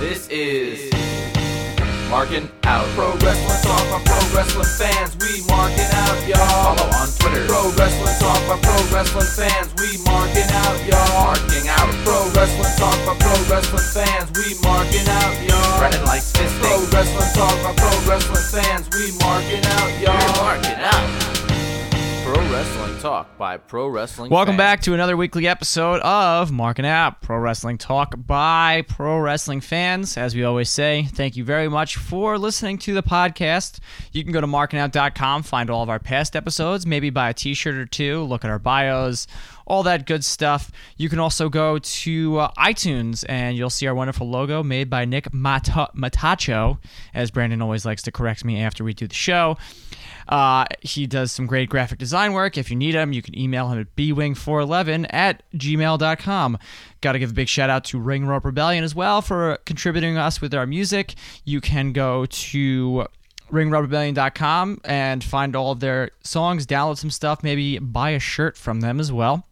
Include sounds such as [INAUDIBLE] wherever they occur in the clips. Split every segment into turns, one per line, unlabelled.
This is Marking Out. Pro Wrestling Talk by Pro Wrestling Fans. We marking out, y'all. Follow on Twitter. Pro Wrestling Talk by Pro Wrestling Fans. We marking out, y'all. Marking Out. Pro Wrestling Talk by Pro Wrestling Fans. We marking out, y'all. Brennan likes fisting. Pro Wrestling Talk by Pro Wrestling Fans. We marking out, y'all. We're marking out. Pro Wrestling Talk by Pro Wrestling
Welcome back to another weekly episode of Marking Out Pro Wrestling Talk by Pro Wrestling Fans. As we always say, thank you very much for listening to the podcast. You can go to markingout.com, find all of our past episodes, maybe buy a t shirt or two, look at our bios, all that good stuff. You can also go to uh, iTunes and you'll see our wonderful logo made by Nick Mata- Matacho, as Brandon always likes to correct me after we do the show. Uh, he does some great graphic design work. If you need him, you can email him at bwing411 at gmail.com. Got to give a big shout out to Ring Rope Rebellion as well for contributing us with our music. You can go to ringroperebellion.com and find all of their songs, download some stuff, maybe buy a shirt from them as well.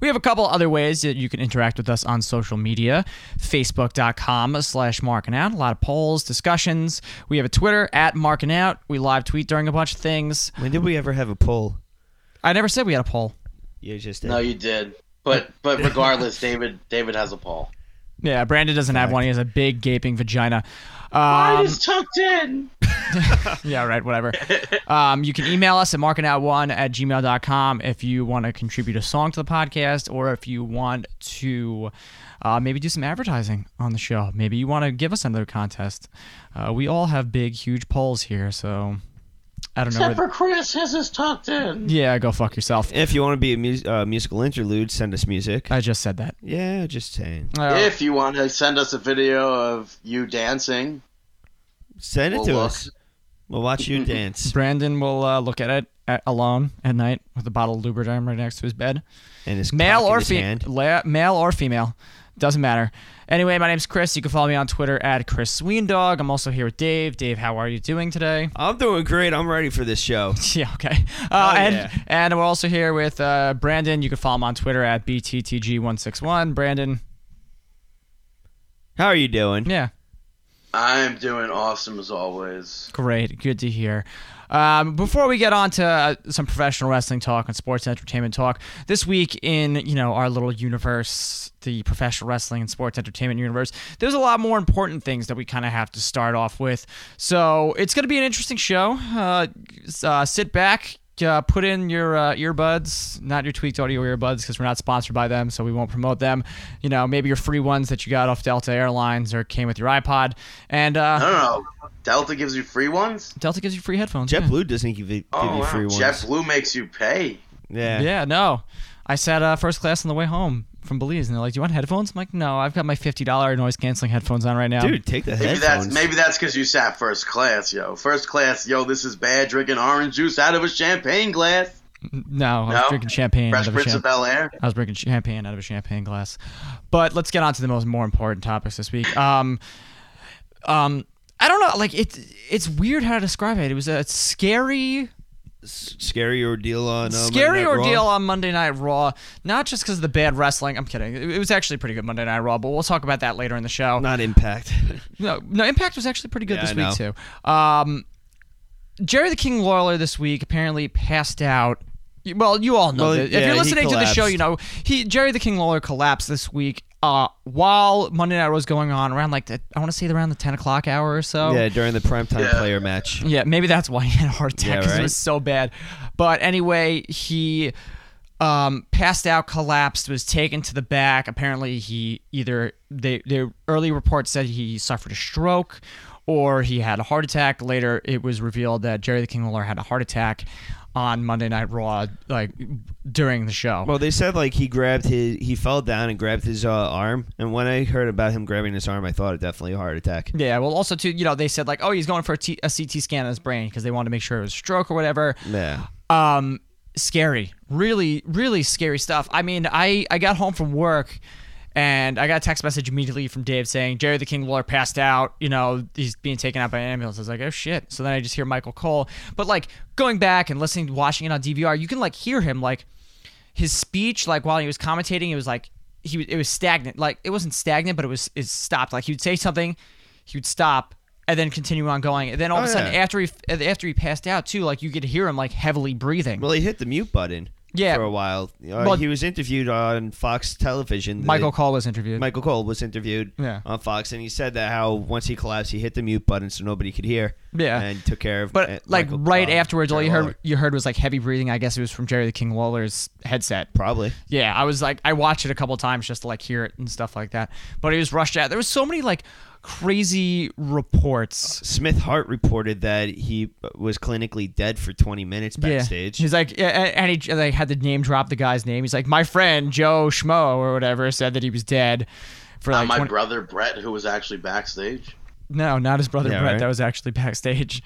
We have a couple other ways that you can interact with us on social media. Facebook.com slash marking out. A lot of polls, discussions. We have a Twitter at marking out. We live tweet during a bunch of things.
When did we ever have a poll?
I never said we had a poll.
You just did.
No, you did. But but regardless, David David has a poll.
Yeah, Brandon doesn't have one. He has a big gaping vagina. Um,
Mine is tucked in.
yeah, right, whatever. um, you can email us at markingout1 at gmail.com if you want to contribute a song to the podcast or if you want to uh, maybe do some advertising on the show. Maybe you want to give us another contest. Uh, we all have big, huge polls here, so I don't know.
Except
Where
for Chris, his is tucked in.
yeah, go fuck yourself.
if you want to be a mus- uh, musical interlude, send us music.
Uh,
I just said that.
yeah, just saying.
Uh,
If you want to send us a video of you dancing,
Send it
we'll
to
look.
us. We'll watch
[LAUGHS]
you dance,
Brandon will uh, look at it at, alone at night with a bottle of Lubriderm right next to his bed.
and his
male
cock in
or
his
fe-
hand.
la- male or female doesn't matter anyway my name's chris you can follow me on twitter at chris sweendog i'm also here with dave dave how are you doing today [LAUGHS]
I'm doing great. I'm ready for this show.
yeah okay uh,
Oh,
and
yeah.
and we're also here with uh, brandon you can follow him on twitter at bttg161 brandon
How are you doing?
yeah
I'm doing awesome as always.
Great, good to hear. Um, before we get on to uh, some professional wrestling talk and sports entertainment talk, this week in you know our little universe, the professional wrestling and sports entertainment universe, there's a lot more important things that we kind of have to start off with. So it's going to be an interesting show. Uh, s- uh, sit back. Uh, put in your uh, earbuds, not your tweaked audio earbuds, because we're not sponsored by them, so we won't promote them. You know, maybe your free ones that you got off Delta Airlines or came with your iPod. And uh,
I don't know. Delta gives you free ones.
Delta gives you free headphones. yeah.
JetBlue doesn't give you, give
Oh,
you
wow.
free ones.
JetBlue makes you pay.
Yeah.
Yeah, no. I sat uh, first class on the way home from Belize, and they're like, "Do you want headphones?" I'm like, "No, I've got my fifty dollar noise canceling headphones on right now."
Dude, take the
Maybe
headphones.
that's maybe that's because you sat first class, yo. First class, yo. This is bad. Drinking orange juice out of a champagne glass.
no, I was
No.
drinking champagne
Fresh
out of a
Prince
champagne.
of Bel Air.
I was drinking champagne out of a champagne glass. But let's get on to the most more important topics this week. Um, um, I don't know. Like it, it's weird how to describe it. It was a scary
scary ordeal on. Uh,
scary
Monday Night Raw.
ordeal on Monday Night Raw. Not just because of the bad wrestling. I'm kidding. It, it was actually pretty good Monday Night Raw, but we'll talk about that later in the show.
Not impact.
No, no, Impact was actually pretty good
Yeah,
this
I
week too. Um, Jerry the King Lawler this week apparently passed out. You- Well, you all know
Well,
that. if
yeah,
you're
he
listening to the show,
collapsed.
you know he Jerry the King Lawler collapsed this week. Uh, while Monday Night Raw was going on, around like the, I want to say around the ten o'clock hour or so.
yeah, during the primetime
Yeah.
player match.
Yeah, maybe that's why he had a heart attack
Yeah,
because it
right.
was so bad. But anyway, he um, passed out, collapsed, was taken to the back. Apparently, he either they their early reports said he suffered a stroke or he had a heart attack. Later, it was revealed that Jerry the King Lawler had a heart attack on Monday Night Raw, like during the show.
Well, they said like he grabbed his, he fell down and grabbed his uh, arm. And when I heard about him grabbing his arm, I thought it definitely a heart attack.
Yeah, well, also too, you know, they said like, oh, he's going for a, T- a CT scan of his brain because they wanted to make sure it was a stroke or whatever.
Yeah.
um scary really really scary stuff i mean i i got home from work and i got a text message immediately from dave saying jerry the king lawler passed out you know he's being taken out by an ambulance i was like oh shit so then i just hear michael cole but like going back and listening watching it on dvr you can like hear him like his speech like while he was commentating it was like he was- it was stagnant. Like it wasn't stagnant, but it was it stopped. Like he would say something, he would stop, and then continue on going. And then all of a
Oh,
sudden,
yeah.
after he after he passed out too, like you could hear him like heavily breathing.
Well, he hit the mute button.
Yeah.
for a while. Uh,
But-
he was interviewed on Fox Television. The-
Michael Cole was interviewed.
Michael Cole was interviewed
Yeah.
on Fox, and he said that how once he collapsed, he hit the mute button so nobody could hear.
Yeah.
and took care of.
But
uh,
like
Michael-
right
um,
afterwards, all you
Jerry
heard
Lawler.
you heard was like heavy breathing. I guess it was from Jerry the King Lawler's headset.
probably.
Yeah, I was like, I watched it a couple times just to like hear it and stuff like that. But it was rushed out. There was so many like crazy reports.
Smith Hart reported that he was clinically dead for 20 minutes backstage.
Yeah. He's like, yeah, and and he they had to name drop the guy's name. He's like, my friend Joe Schmo or whatever said that he was dead for
Ah,
Uh,
like
my
20
brother Brett, who was actually backstage.
No, not his brother
Yeah,
Brett.
right.
That was actually backstage.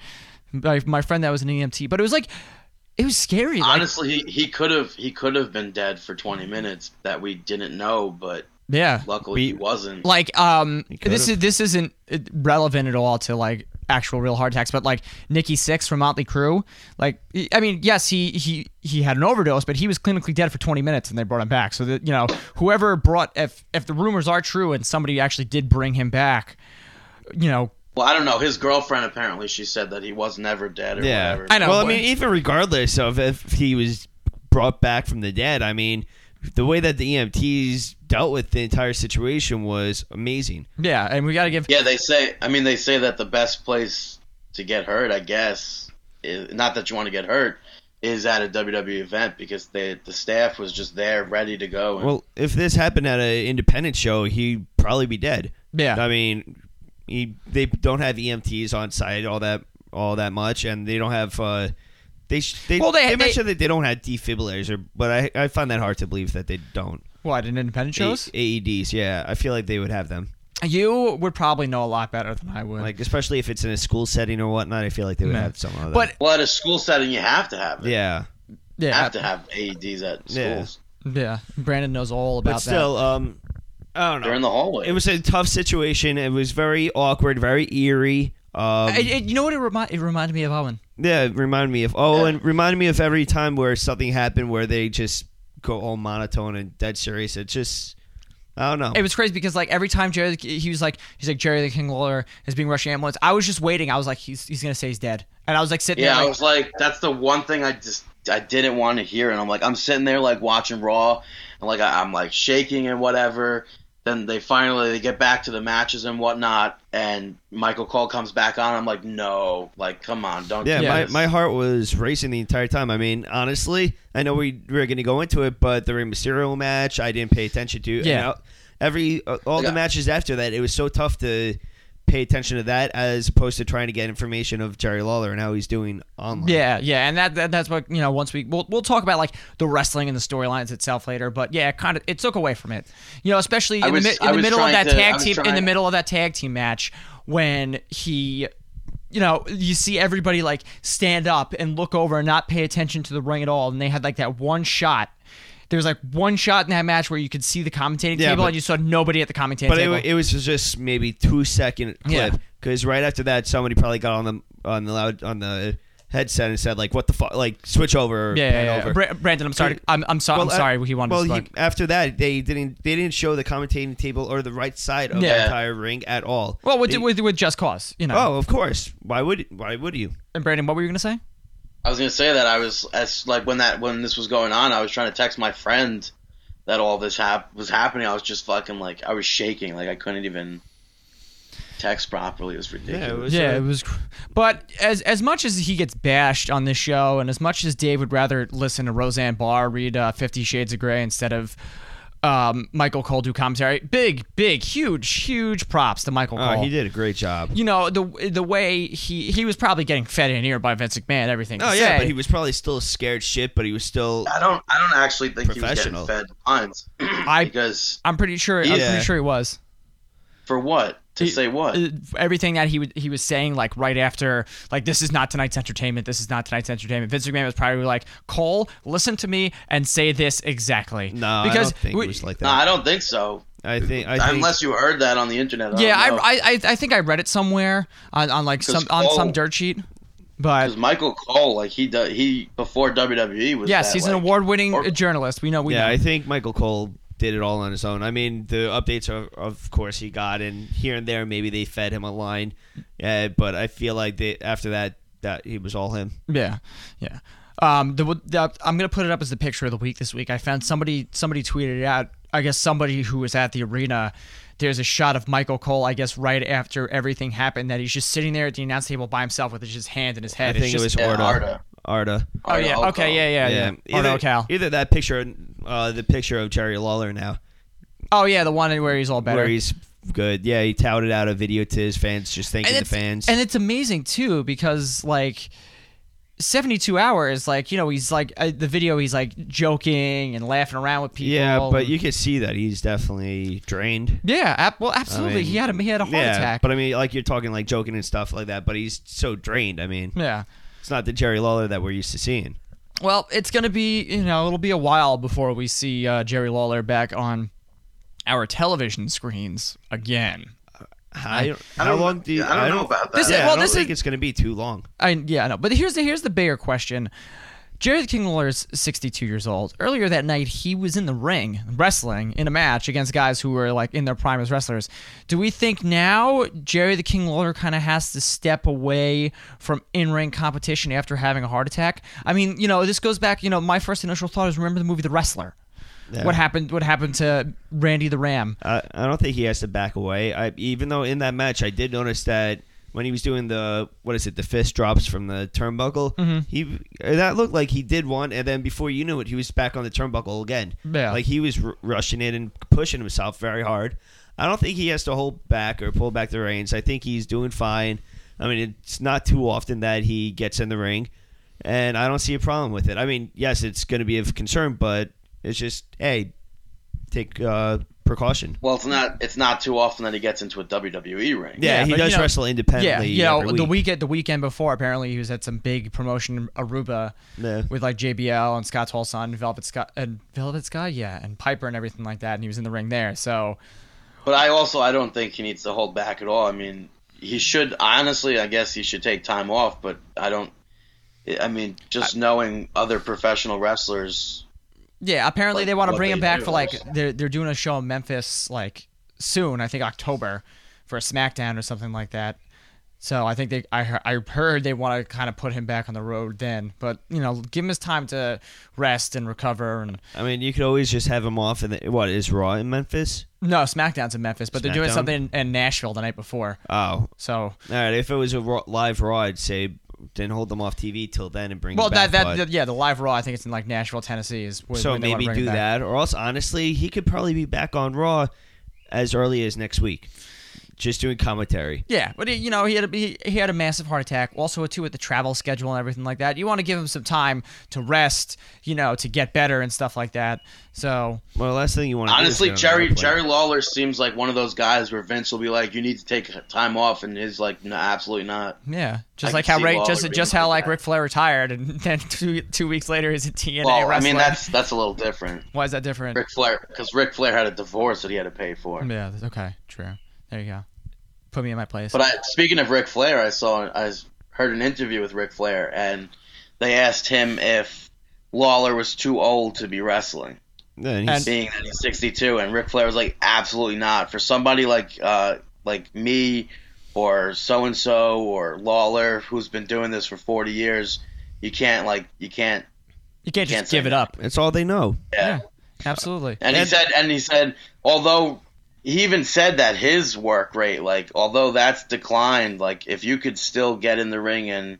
My, my friend that was an EMT. But it was like, it was scary. Like,
Honestly, he, he could have he could have been dead for 20 minutes that we didn't know, but
yeah.
luckily he wasn't.
like um
could've.
this is this isn't uh, relevant at all to like actual real heart attacks but like nikki six from motley Crue, like he- i mean yes he he he had an overdose but he was clinically dead for 20 minutes and they brought him back so that you
[COUGHS]
know whoever brought if if the rumors are true and somebody actually did bring him back you know
well, I don't know. His girlfriend apparently she said that he was never dead or
Yeah.
whatever.
I know,
Well, I
but-
mean, even regardless of if he was brought back from the dead, I mean, the way that the EMTs dealt with the entire situation was amazing.
yeah and we got to give
Yeah, they say. I mean, they say that the best place to get hurt, I guess, is, not that you want to get hurt, is at a WWE event because they, the staff was just there, ready to go. And,
Well, if this happened at an independent show, he'd probably be dead.
Yeah.
I mean, he, they don't have EMTs on site all that all that much, and they don't have. Uh, they, sh- they
Well, they-
they
they-
mentioned that they don't have defibrillators, or, but I I find that hard to believe that they don't.
what an independent shows
A- AEDs, yeah, I feel like they would have them.
you would probably know a lot better than i would
Like especially if it's in a school setting or whatnot, I feel like they would
Yeah.
have some of that.
but
well, at a school setting, you have to have it.
yeah,
You
yeah
have to have AEDs at schools.
Yeah.
yeah brandon knows all about
but still, um, I don't know.
They're in the hallway.
it was a tough situation. It was very awkward, very eerie. Um,
that It- it- you know what it, remi- it reminded me of owen
Yeah, it reminded me of oh, and reminded me of every time where something happened where they just go all monotone and dead serious. It just I don't know.
It was crazy because like every time Jerry, he was like, he's like Jerry the King Lawler is being rushed to ambulance. I was just waiting. I was like, he's, he's gonna say he's dead, and I was like sitting
yeah,
there.
I
Like,
was like, that's the one thing I just I didn't want to hear, and I'm like, I'm sitting there like watching Raw, and like I, I'm like shaking and whatever. Then they finally they get back to the matches and whatnot, and Michael Cole comes back on. I'm like, no, like come on, don't.
yeah,
do
Yeah.
my, my heart was racing the entire time. I mean, honestly, I know we, we were going to go into it, but the Rey Mysterio match, I didn't pay attention to. And
Yeah.
I- every uh, all
Yeah.
the matches after that, it was so tough to pay attention to that as opposed to trying to get information of Jerry Lawler and how he's doing online.
yeah, yeah, and that, that that's what you know. Once we we'll, we'll talk about like the wrestling and the storylines itself later, but yeah, kind of it took away from it. You know, especially
I
in
was-
the, mi-
I
in the
was
middle of
trying
that
to- I
tag
was
team in the
trying-
middle of that tag team match when he. You know, you see everybody like stand up and look over and not pay attention to the ring at all. And they had like that one shot. There was like one shot in that match where you could see the commentating
Yeah,
table
but-
and you saw nobody at the commentating
But it,
table.
wa- it was just maybe two second
Yeah.
clip because right after that, somebody probably got on the on the loud on the headset and said like, "What the fuck?" Like switch over. or
Yeah,
pan
yeah, yeah.
over.
Bra- Brandon, I'm sorry. I'm, I'm sorry. I'm
Well, uh,
sorry. He wanted
well,
to
he-
slug.
after that, they didn't they didn't show the commentating table or the right side of the
Yeah.
entire ring at all.
well, with,
They-
with with just cause, you know.
oh, of course. Why would why would you?
And Brandon, what were you gonna say?
I was gonna say that I was as like when that when this was going on, I was trying to text my friend that all this hap- was happening. I was just fucking like I was shaking, like I couldn't even text properly. It was ridiculous.
Yeah, it was,
Yeah,
uh,
it was. cr- But as as much as he gets bashed on this show, and as much as Dave would rather listen to Roseanne Barr read uh, Fifty Shades of Grey instead of um, Michael Cole do commentary, big, big, huge, huge props to Michael
oh,
Cole.
he did a great job.
You know the the way he he was probably getting fed in here by Vince McMahon. Everything.
Oh
to
yeah,
say.
but he was probably still scared shit, but he was still
I don't. I don't actually think he was getting
Professional.
fed lines [CLEARS THROAT]
I-
because
I'm pretty sure. I'm
Yeah.
pretty sure he was.
for what to say what?
uh, everything that he would he was saying like right after like this is not tonight's entertainment this is not tonight's entertainment Vince McMahon was probably like Cole listen to me and say this exactly
no. I
because
don't think
we-
it was like
no, I
that.
don't think so.
I think I think
Unless you heard that on the internet. I
yeah I,
don't know.
I I I think I read it somewhere on, on like some on some
Cole-
dirt sheet but
'Cause Michael Cole, like he does, he before WWE was.
yes
that,
he's an
like-
award winning
or-
journalist we know we
yeah,
know
I think Michael Cole did it all on his own. I mean, the updates are, of course, he got, and here and there maybe they fed him a line, uh, but I feel like they, after that, that he was all him.
Yeah, yeah. Um, the, the, I'm gonna put it up as the picture of the week this week. I found somebody somebody tweeted it out. I guess somebody who was at the arena. There's a shot of Michael Cole. I guess right after everything happened, that he's just sitting there at the announce table by himself with his just hand in his head. It's
I think
just-
it was
yeah,
Arda.
Arda.
Arda.
Oh
Arda
yeah.
Alcala.
Okay. Yeah. Yeah. Yeah. Or
Either,
no, Cal.
either that picture, uh, the picture of Jerry Lawler now,
Oh yeah, the one where he's all better.
where he's good. Yeah, he touted out a video to his fans, just thanking the
it's,
fans.
And it's amazing too because like. 72 hours like you know he's like uh, the video he's like joking and laughing around with people
yeah, but
and-
you can see that he's definitely drained.
yeah ab- well absolutely
mean,
he had a he had a heart
yeah,
attack
but I mean, like you're talking like joking and stuff like that, but he's so drained. I mean,
yeah
it's not the Jerry Lawler that we're used to seeing.
Well, it's going to be, you know, it'll be a while before we see uh, Jerry Lawler back on our television screens again.
I, don't-
I
how
don't-
long do you,
yeah, I don't know about that.
This is-
yeah,
well,
I don't
this
think
is-
it's going to be too long.
I yeah, I know. But here's the here's the bigger question. Jerry the King Lawler is 62 years old. Earlier that night, he was in the ring wrestling in a match against guys who were like in their prime as wrestlers. Do we think now Jerry the King Lawler kind of has to step away from in-ring competition after having a heart attack? I mean, you know, this goes back. You know, my first initial thought is remember the movie The Wrestler.
Yeah.
What happened? What happened to Randy the Ram?
I, I don't think he has to back away. I, even though in that match, I did notice that when he was doing the what is it, the fist drops from the turnbuckle, he that looked like he did one, and then before you knew it, he was back on the turnbuckle again.
Yeah.
like he was r- rushing in and pushing himself very hard. I don't think he has to hold back or pull back the reins. I think he's doing fine. I mean, it's not too often that he gets in the ring, and I don't see a problem with it. I mean, yes, it's going to be of concern, but it's just hey, take uh, precaution.
Well, it's not it's not too often that he gets into a WWE ring.
Yeah,
Yeah,
he
but,
does
you know-
wrestle
Yeah,
independently.
you know,
every
the
week.
weekend the weekend before, apparently he was at some big promotion in Aruba
Yeah.
with like JBL and Scott's whole son, Velvet Scott and Velvet Scott, yeah, and Piper and everything like that, and he was in the ring there. So
But I also I don't think he needs to hold back at all. I mean, he should honestly. I guess he should take time off. But I don't. I mean, just knowing other professional wrestlers.
yeah, apparently
Like,
they want to
what
bring
they
him back
do
for like
is-
they're they're doing a show in Memphis like soon, I think October, for a SmackDown or something like that. So I think they I he- I heard they want to kind of put him back on the road then, but you know, give him his time to rest and recover and
I mean, you could always just have him off. And what is Raw in Memphis?
no, SmackDown's in Memphis, but they're doing
SmackDown?
something in, in Nashville the night before.
Oh, all
So
right. If it was a raw, live Raw, I'd say then hold them off TV till then and bring.
Well,
him back,
that, that
but-
yeah, the live Raw I think it's in like Nashville, Tennessee is where,
so
when they wanna
maybe
bring it
do
back.
that, or else honestly, he could probably be back on Raw as early as next week, just doing commentary.
Yeah, but he, you know he had a, he, he had a massive heart attack. Also, too with the travel schedule and everything like that, you want to give him some time to rest, you know, to get better and stuff like that. So
Well, last thing you want to
Honestly, Jerry Jerry Lawler seems like one of those guys where Vince will be like, "You need to take time off," and he's like, "No, absolutely not."
yeah,
I
just
can
like how
see
Ray,
Lawler
just
being
just how
like
like
that.
Ric Flair retired, and [LAUGHS] then two two weeks later he's a TNA
Well, I
wrestler.
mean, that's that's a little different.
why is that different?
Ric Flair, because Ric Flair had a divorce that he had to pay for.
Yeah, that's- okay, true. There you go. Put me in my place.
But I, speaking of Ric Flair, I saw I heard an interview with Ric Flair, and they asked him if Lawler was too old to be wrestling,
Then he's,
And-
being that he's 62, and Ric Flair was like, absolutely not. For somebody like uh, like me or so and so or Lawler, who's been doing this for 40 years, you can't like you can't.
you can't
can't
just
say
give it
that.
up.
that's all they know.
Yeah.
absolutely.
And he said, and he said, although he even said that his work rate, like, although that's declined, like, if you could still get in the ring and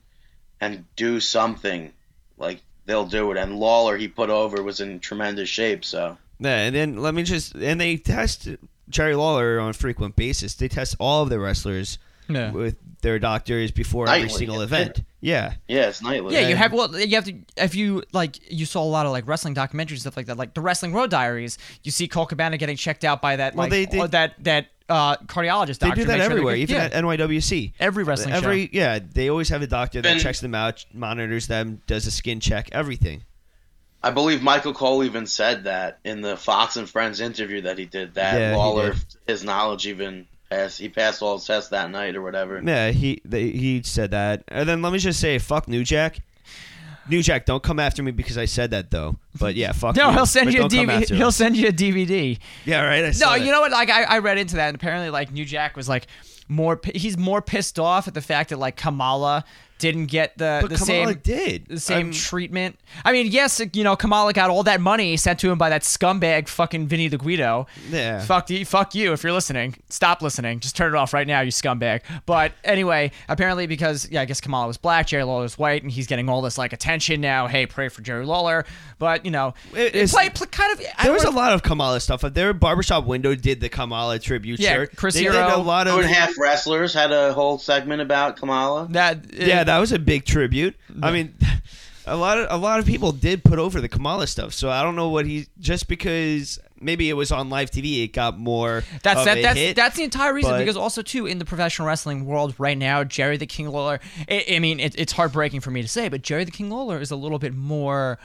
and do something, like, they'll do it. And Lawler, he put over, was in tremendous shape. So
Yeah, and then let me just and they test Jerry Lawler on a frequent basis. They test all of the wrestlers
Yeah.
with their doctors before every
Nightly.
single event. Yeah,
yeah, it's nightly.
Yeah, you have well, you have to if you like you saw a lot of like wrestling documentaries and stuff like that, like the Wrestling Road Diaries. You see Cole Cabana getting checked out by that
Well,
like
they- they-
or that that uh, cardiologist.
they
doctor
do
to make
that
sure they
everywhere,
can-
even
yeah,
at NYWC.
every wrestling
every
show.
yeah, they always have a doctor that
And-
checks them out, monitors them, does a skin check, everything.
I believe Michael Cole even said that in the Fox and Friends interview that he did. That
Yeah, he
Lawler,
did.
his knowledge even passed. He passed all his tests that night or whatever.
Yeah, he they, he said that. And then let me just say, fuck New Jack. New Jack, don't come after me because I said that though. But yeah,
[LAUGHS]
fuck.
No,
you.
he'll send
But
you a
don't come
DVD.
after
He'll
us.
send you a DVD.
Yeah, right. I saw
No,
that.
you know what? Like I, I read into that, and apparently, like New Jack was like more. pi- He's more pissed off at the fact that like Kamala didn't get the
But
the
Kamala
same
did.
the same
I'm-
treatment. I mean, yes, you know Kamala got all that money sent to him by that scumbag fucking Vinny the Guido.
Yeah.
Fuck you. Fuck you. If you're listening, stop listening. Just turn it off right now, you scumbag. But anyway, apparently because yeah, I guess Kamala was black, Jerry Lawler's white, and he's getting all this like attention now. Hey, pray for Jerry Lawler. But you know,
It-
it
it's-
play, play- kind of. I
there was a
don't-
lot of Kamala stuff. Their barbershop window did the Kamala tribute
Yeah,
shirt.
Chris
they did a
Hero.
lot
Two
of
and a half wrestlers had a whole segment about Kamala.
that.
Yeah, that was a big tribute. I mean, [LAUGHS] a lot of a lot of people did put over the Kamala stuff. So I don't know what he just because maybe it was on live TV, it got more.
That's
of
that,
a
that's
hit.
that's the entire reason.
but-
because also too in the professional wrestling world right now, Jerry the King Lawler. I, I mean, it, it's heartbreaking for me to say, but Jerry the King Lawler is a little bit more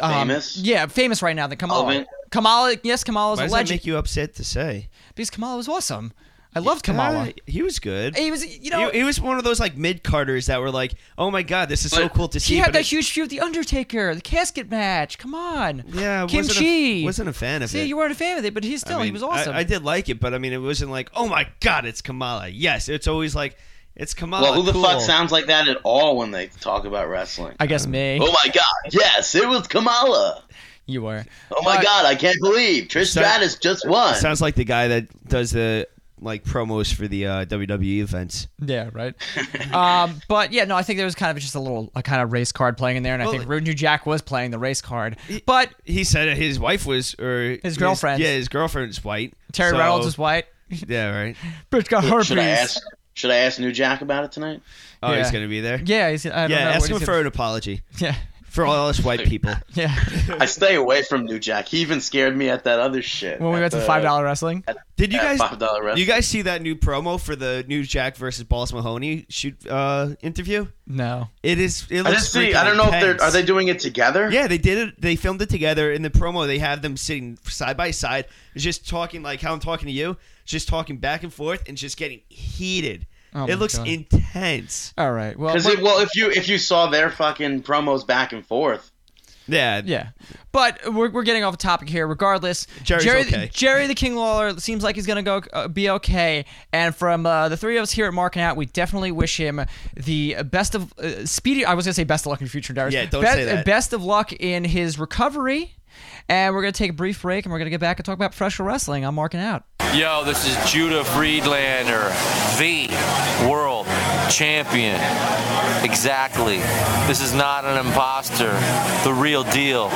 um,
Famous?
Yeah, famous right now than Kamala.
Relevant?
Kamala, yes, Kamala's
Why
a
does that
legend
make you upset to say?
because Kamala was awesome. I loved Kamala.
Uh, he was good.
he was, you know,
he, he was one of those like mid Carters that were like, "Oh my god, this is so
But
cool to see."
she had
but
that
it-
huge feud with the Undertaker, the casket match. Come on,
yeah, I
Kim
wasn't
Chi.
A, wasn't a fan of
See,
it.
you weren't a fan of it, but he still
I
he
mean,
was awesome.
I, I did like it, but I mean, it wasn't like, "Oh my god, it's Kamala." Yes, it's always like, "It's Kamala."
Well, who the
cool.
fuck sounds like that at all when they talk about wrestling?
I
Uh,
guess me,
Oh my god, yes, it was Kamala.
you were.
Oh my
But-
god, I can't believe Trish
Sound-
Stratus just won.
Sounds like the guy that does the like promos for the uh, WWE events.
Yeah, right.
[LAUGHS]
um, but yeah, no, I think there was kind of just a little a kind of race card playing in there, and I
Well,
think Rude New Jack was playing the race card. But
He said that his wife was or
His girlfriend.
yeah, his girlfriend's white.
Terry
so-
Reynolds is white.
Yeah, right.
Bitch got herpes.
should I ask? Should I ask New Jack about it
[LAUGHS]
tonight?
Oh,
Yeah.
he's gonna be there.
Yeah, he's, I don't
yeah.
know
Ask
what
him
he's
for an apology
gonna-
for all us
[LAUGHS]
white people.
[LAUGHS] Yeah, yeah.
I stay away from New Jack. He even scared me at that other shit.
when we
at
went to
[LAUGHS]
the-
five dollar wrestling,
Did you
At
guys?
$5 wrestling.
You guys see that new promo for the new Jack versus Balls Mahoney shoot uh, interview?
no,
It is. It
I
looks
just see.
freaking
I don't know if
intense.
they're are they doing it together.
[LAUGHS] Yeah, they did it. They filmed it together. In the promo, they have them sitting side by side, just talking like how I'm talking to you, just talking back and forth, and just getting heated.
Oh my
it looks
God.
intense.
all right. Well,
'Cause
but-
it- well, if you if you saw their fucking promos back and forth,
Yeah,
yeah, but we're, we're getting off a topic here. Regardless,
Jerry's
Jerry,
okay.
Jerry the King Lawler seems like he's gonna go uh, be okay. And from uh, the three of us here at Marking Out, we definitely wish him the best of uh, speedy. I was gonna say best of luck in future endeavors.
Yeah, don't
Be-
say that.
Best of luck in his recovery. And we're gonna take a brief break, and we're gonna get back and talk about professional wrestling. I'm Marking Out.
Yo, this is Judah Friedlander, the world champion. Exactly. This is not an imposter, the real deal.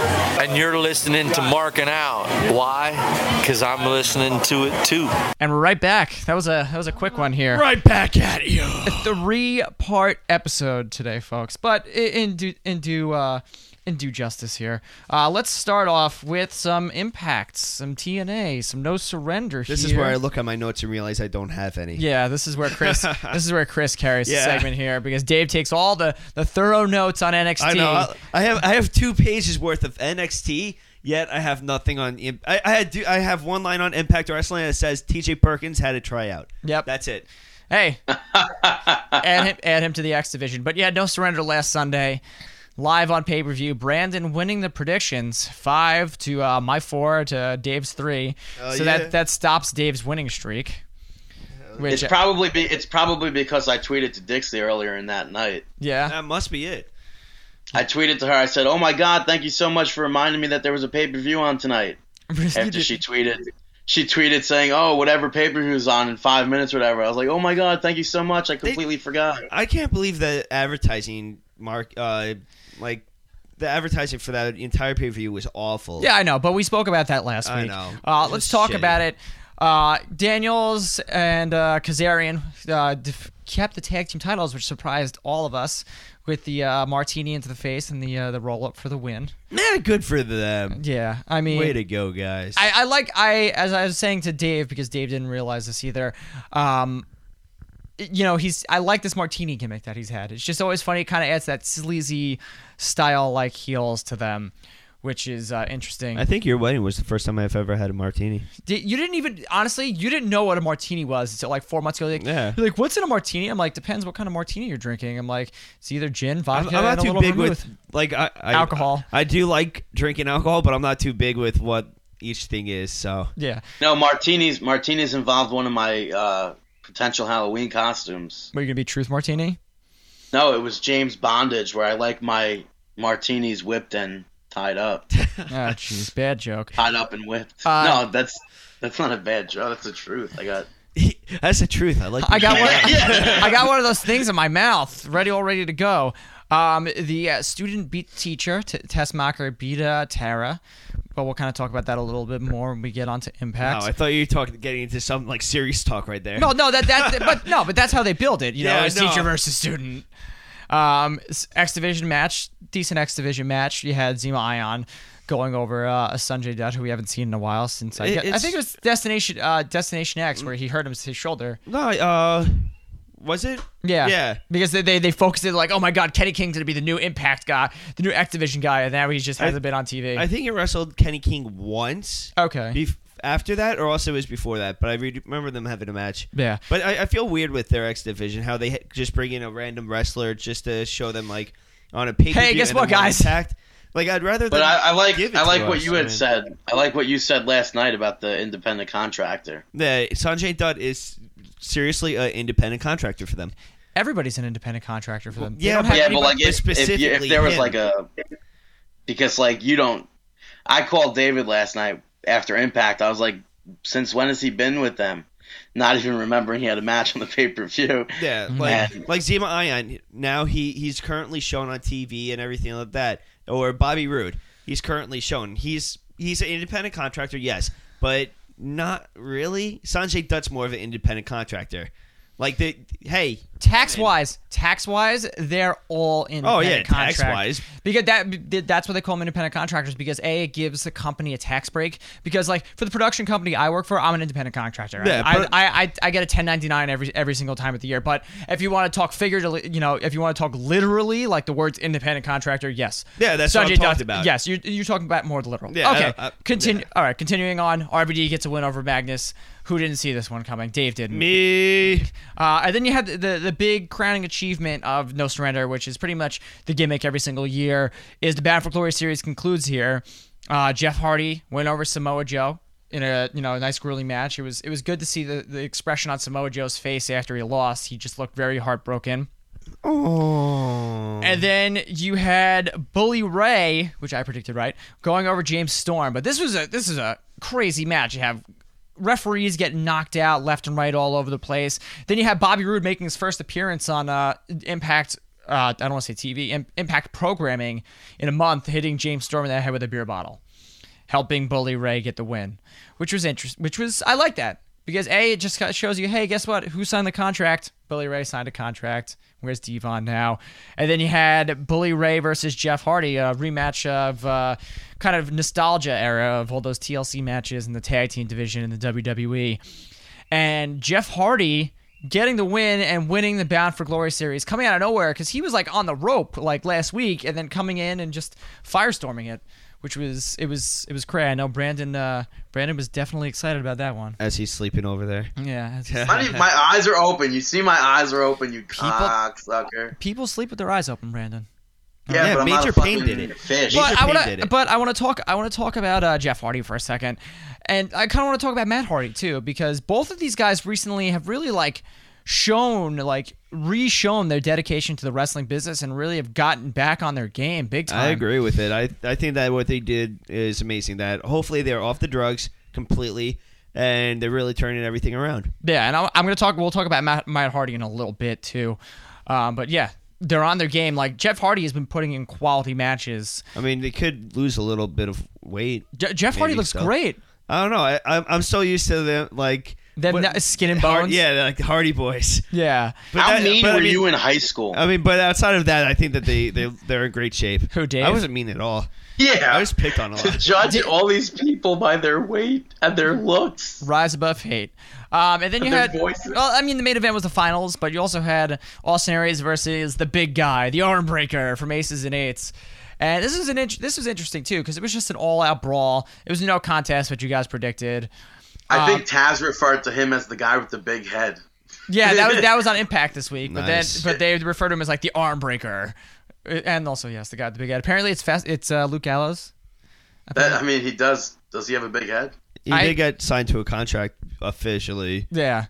And you're listening to Marking Out. Why? Because I'm listening to it too.
And we're right back. That was a that was a quick one here.
right back at you.
three part episode today, folks. But i- in do in do uh, in due justice here, uh, let's start off with some impacts, some TNA, some no surrender.
This is
here.
where I look at my notes and realize I don't have any.
Yeah, this is where
[LAUGHS]
Chris. this is where Chris carries
Yeah.
the segment here because Dave takes all the the thorough notes on NXT.
I know. I- I have I have two pages worth of NXT. Yet I have nothing on. Im- I I, had, do- I have one line on Impact Wrestling that says T.J. Perkins had a tryout.
Yep.
that's it.
[LAUGHS]
Hey, add him, add him to the X division. But yeah, no surrender last Sunday, live on pay per view. Brandon winning the predictions five to uh, my four to Dave's three.
Oh,
so
yeah.
that that stops Dave's winning streak. Which
it's probably be it's probably because I tweeted to Dixie earlier in that night.
yeah,
That must be it.
I tweeted to her. I said, "Oh my god, thank you so much for reminding me that there was a pay per view on tonight."
[LAUGHS]
After she tweeted, she tweeted saying, "Oh, whatever pay per view's on in five minutes, or whatever." I was like, "Oh my god, thank you so much. I completely forgot."
I can't believe that advertising mark uh like the advertising for that entire pay per view was awful.
yeah, I know. But we spoke about that last
I
week.
know.
Uh, let's
It was
talk
shitty.
about it. Uh, Daniels and uh, Kazarian uh, def- kept the tag team titles, which surprised all of us with the uh, martini into the face and the uh, the roll up for the win.
man, good for them.
Yeah, I mean,
Way to go, guys.
I, I like I as I was saying to Dave because Dave didn't realize this either. Um, you know he's I like this martini gimmick that he's had. It's just always funny. It kind of adds that sleazy style like heels to them, which is uh, interesting.
I think your wedding was the first time I've ever had a martini.
Did, you didn't even honestly, you didn't know what a martini was until like four months ago. Like,
Yeah.
You're like, what's in a martini? I'm like, depends what kind of martini you're drinking. I'm like, it's either gin,
I'm,
vodka,
I'm
and
not
a
too
little
big
vermouth.
with like I, I,
Alcohol.
I, do like drinking alcohol, but I'm not too big with what each thing is. So [LAUGHS]
Yeah.
No, martinis. Martinis involved one of my uh, potential Halloween costumes.
Were you gonna be truth martini?
[LAUGHS]
No, it was James Bondage, where I like my martinis whipped and tied up,
Oh, jeez, bad joke.
tied up and
[LAUGHS]
whipped.
Uh,
no, that's that's not a bad joke. That's the truth. I got.
that's the truth. I like.
I got one.
Yeah.
I got one of those things in my mouth, ready, all ready to go. Um, the uh, student beat teacher, T- Tess Mocker, beat uh, Tara, but we'll kind of talk about that a little bit more when we get onto
Wow,
impact.
I thought you were talking, getting into some like serious talk right there.
[LAUGHS] No, no, that that, but no, but that's how they build it. You know,
Yeah,
it's
no.
teacher versus student. Um, s- X division match, decent X division match. You had Zima Ion going over uh, a Sanjay Dutt who we haven't seen in a while since I,
It-
got- I
it's-
think it was Destination uh, Destination X where he hurt him his shoulder.
no. Uh, was it?
Yeah,
Yeah.
Because they they, they focused it like, oh my God, Kenny King's gonna be the new Impact guy, the new X division guy, and now he just hasn't been on TV.
I think he wrestled Kenny King once.
Okay.
Bef- after that, or also it was before that, but I re- remember them having a match.
Yeah.
But I, I feel weird with their X division, how they ha- just bring in a random wrestler just to show them like on a pay.
Hey, guess what, guys?
Attacked. Like I'd rather.
But
them
I, I like
give it
I
to
like what
us,
you
I
had
mean.
said. I like what you said last night about the independent contractor.
Yeah, Sanjay Dutt is seriously an independent contractor for them.
Everybody's an independent contractor for them. They
yeah,
don't
but-
have
Yeah, but
anybody-
like
but
if, if, you, if
specifically
there was
him.
like a because like you don't. I called David last night after Impact. I was like, since when has he been with them? Not even remembering he had a match on the pay per view.
Yeah, like
Man.
like Zima Ion. Now he he's currently shown on TV and everything like that. Or Bobby Roode. He's currently shown. He's he's an independent contractor, yes, but not really. Sanjay Dutt's more of an independent contractor. Like the hey,
tax wise, tax wise, they're all independent
Oh, yeah,
contract.
tax-wise.
because that that's what they call them independent contractors because a it gives the company a tax break because like for the production company I work for, I'm an independent contractor.
Yeah,
I,
but-
I, I I get a 1099 every every single time of the year. But if you want to talk figuratively, you know, if you want to talk literally, like the words independent contractor, yes,
Yeah, that's what I'm
Sanjay
talking
Dutt-
about.
Yes, you're you're talking about more literal.
Yeah, I
okay,
don't- I-
continue. All right, continuing on. RVD gets a win over Magnus. Who didn't see this one coming? Dave didn't.
me.
Uh, and then you had the, the the big crowning achievement of No Surrender, which is pretty much the gimmick every single year. Is the Battle for Glory series concludes here? Uh, Jeff Hardy went over Samoa Joe in a you know a nice grueling match. It was it was good to see the, the expression on Samoa Joe's face after he lost. He just looked very heartbroken.
Oh,
And then you had Bully Ray, which I predicted right, going over James Storm. But this was a this is a crazy match. You have referees getting knocked out left and right all over the place. Then you have Bobby Roode making his first appearance on uh, Impact. Uh, I don't want to say TV Im- Impact programming in a month, hitting James Storm in the head with a beer bottle, helping Bully Ray get the win, which was interesting. Which was I like that because a it just kinda shows you, hey, guess what? Who signed the contract? Bully Ray signed a contract. Where's Devon now? And then you had Bully Ray versus Jeff Hardy, a rematch of uh, kind of nostalgia era of all those TLC matches in the tag team division in the E. WWE. And Jeff Hardy getting the win and winning the Bound for Glory series coming out of nowhere because he was like on the rope like last week and then coming in and just firestorming it, which was it was it was cray. I know Brandon uh, Brandon was definitely excited about that one.
as he's sleeping over there.
Yeah.
My, my eyes are open. You see, my eyes are open. You cocksucker.
People sleep with their eyes open, Brandon.
Yeah,
Yeah,
but I'm not
Major
a
Payne
fucking
did it.
fish.
Major
But I
Payne
want
did
to,
it.
but I want to talk. I want to talk about uh, Jeff Hardy for a second, and I kind of want to talk about Matt Hardy too, because both of these guys recently have really like shown, like re-shown their dedication to the wrestling business, and really have gotten back on their game big time.
I agree with it. I I think that what they did is amazing. That hopefully they're off the drugs completely, and they're really turning everything around.
Yeah, and I'm, I'm going to talk. We'll talk about Matt, Matt Hardy in a little bit too, um, but yeah, they're on their game. Like Jeff Hardy has been putting in quality matches.
I mean, they could lose a little bit of weight.
Je- Jeff Hardy
Maybe
looks
so.
great.
I don't know. I, I'm, I'm so used to them like
Them
what-
na- skin and
Har-
bones.
yeah, they're like the Hardy Boys. [LAUGHS]
Yeah.
But
How
that-
mean
but
were
I mean, uh,
you in high school?
I mean, but outside of that, I think that they they they're in great shape.
Who, Dave?
I wasn't mean at all.
yeah,
I was picked on a
to [LAUGHS]
lot.
judge all these people by their weight and their looks.
Rise above hate. Um, and then you
their
had,
voices.
well, I mean, the main event was the finals, but you also had Austin Aries versus the big guy, the arm breaker from Aces and Eights. And this was an int- this was interesting too because it was just an all out brawl. It was no contest, what you guys predicted.
I think Taz referred to him as the guy with the big head.
Yeah, that was that was on Impact this week, but
Nice.
then but they refer to him as like the arm breaker, Uh, and also yes, the guy with the big head. Apparently, it's fast. It's uh, Luke Gallows.
That I mean, he does. Does he have a big head?
He
I-
did get signed to a contract officially.
Yeah.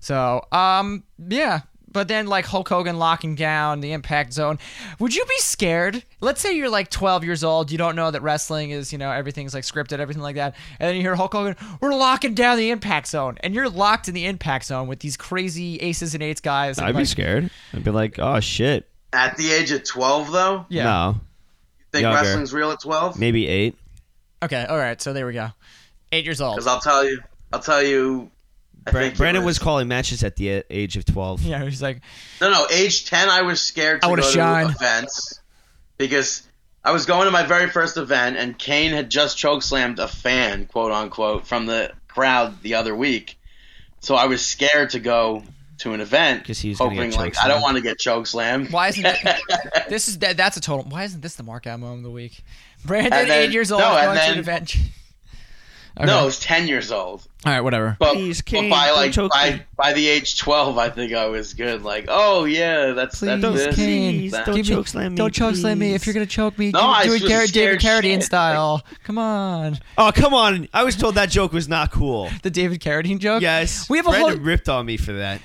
So um yeah. But then, like Hulk Hogan locking down the impact zone, would you be scared? Let's say you're like 12 years old, you don't know that wrestling is, you know, everything's like scripted, everything like that. And then you hear Hulk Hogan, we're locking down the impact zone. And you're locked in the impact zone with these crazy aces and eights guys. and,
I'd be
like-
scared. I'd be like, oh shit.
At the age of twelve, though,
Yeah.
No,
think
Younger.
wrestling's real at twelve?
maybe eight.
Okay. All right. So there we go. Eight years old.
Because I'll tell you, I'll tell you. I
Bra-
think it
Brandon was calling matches at the a- age of twelve.
Yeah. He's like,
No, no. Age ten, I was scared to
I
go
wanna
to
shine.
events because I was going to my very first event, and Kane had just chokeslammed a fan, quote unquote, from the crowd the other week. So I was scared to go to an event
'Cause he was gonna
hoping
get
like I don't
chokeslammed.
want to get chokeslammed.
why
[LAUGHS]
isn't that, this is that? That's a total. Why isn't this the markout moment of the week? Brandon,
And then-
eight years old,
no, and
going to an
then-
event. [LAUGHS] Okay.
No, I was ten years old.
All right. Whatever.
But,
Please,
but
Kane,
by
don't
like
choke me.
by, by the age twelve, I think I was good. Like, oh yeah, that's that's
Don't-
this.
Kane,
that's that.
don't Give me- chokeslam me,
Don't chokeslam me. If
please.
you're gonna choke me,
No, I
do, do it
was
Gar- David
scared
Carradine
shit.
style. Come on,
[LAUGHS] Oh come on! I was told that joke was not
[LAUGHS]
cool.
the David Carradine joke.
Yes,
we have a
Brandon
whole.
ripped on me for that.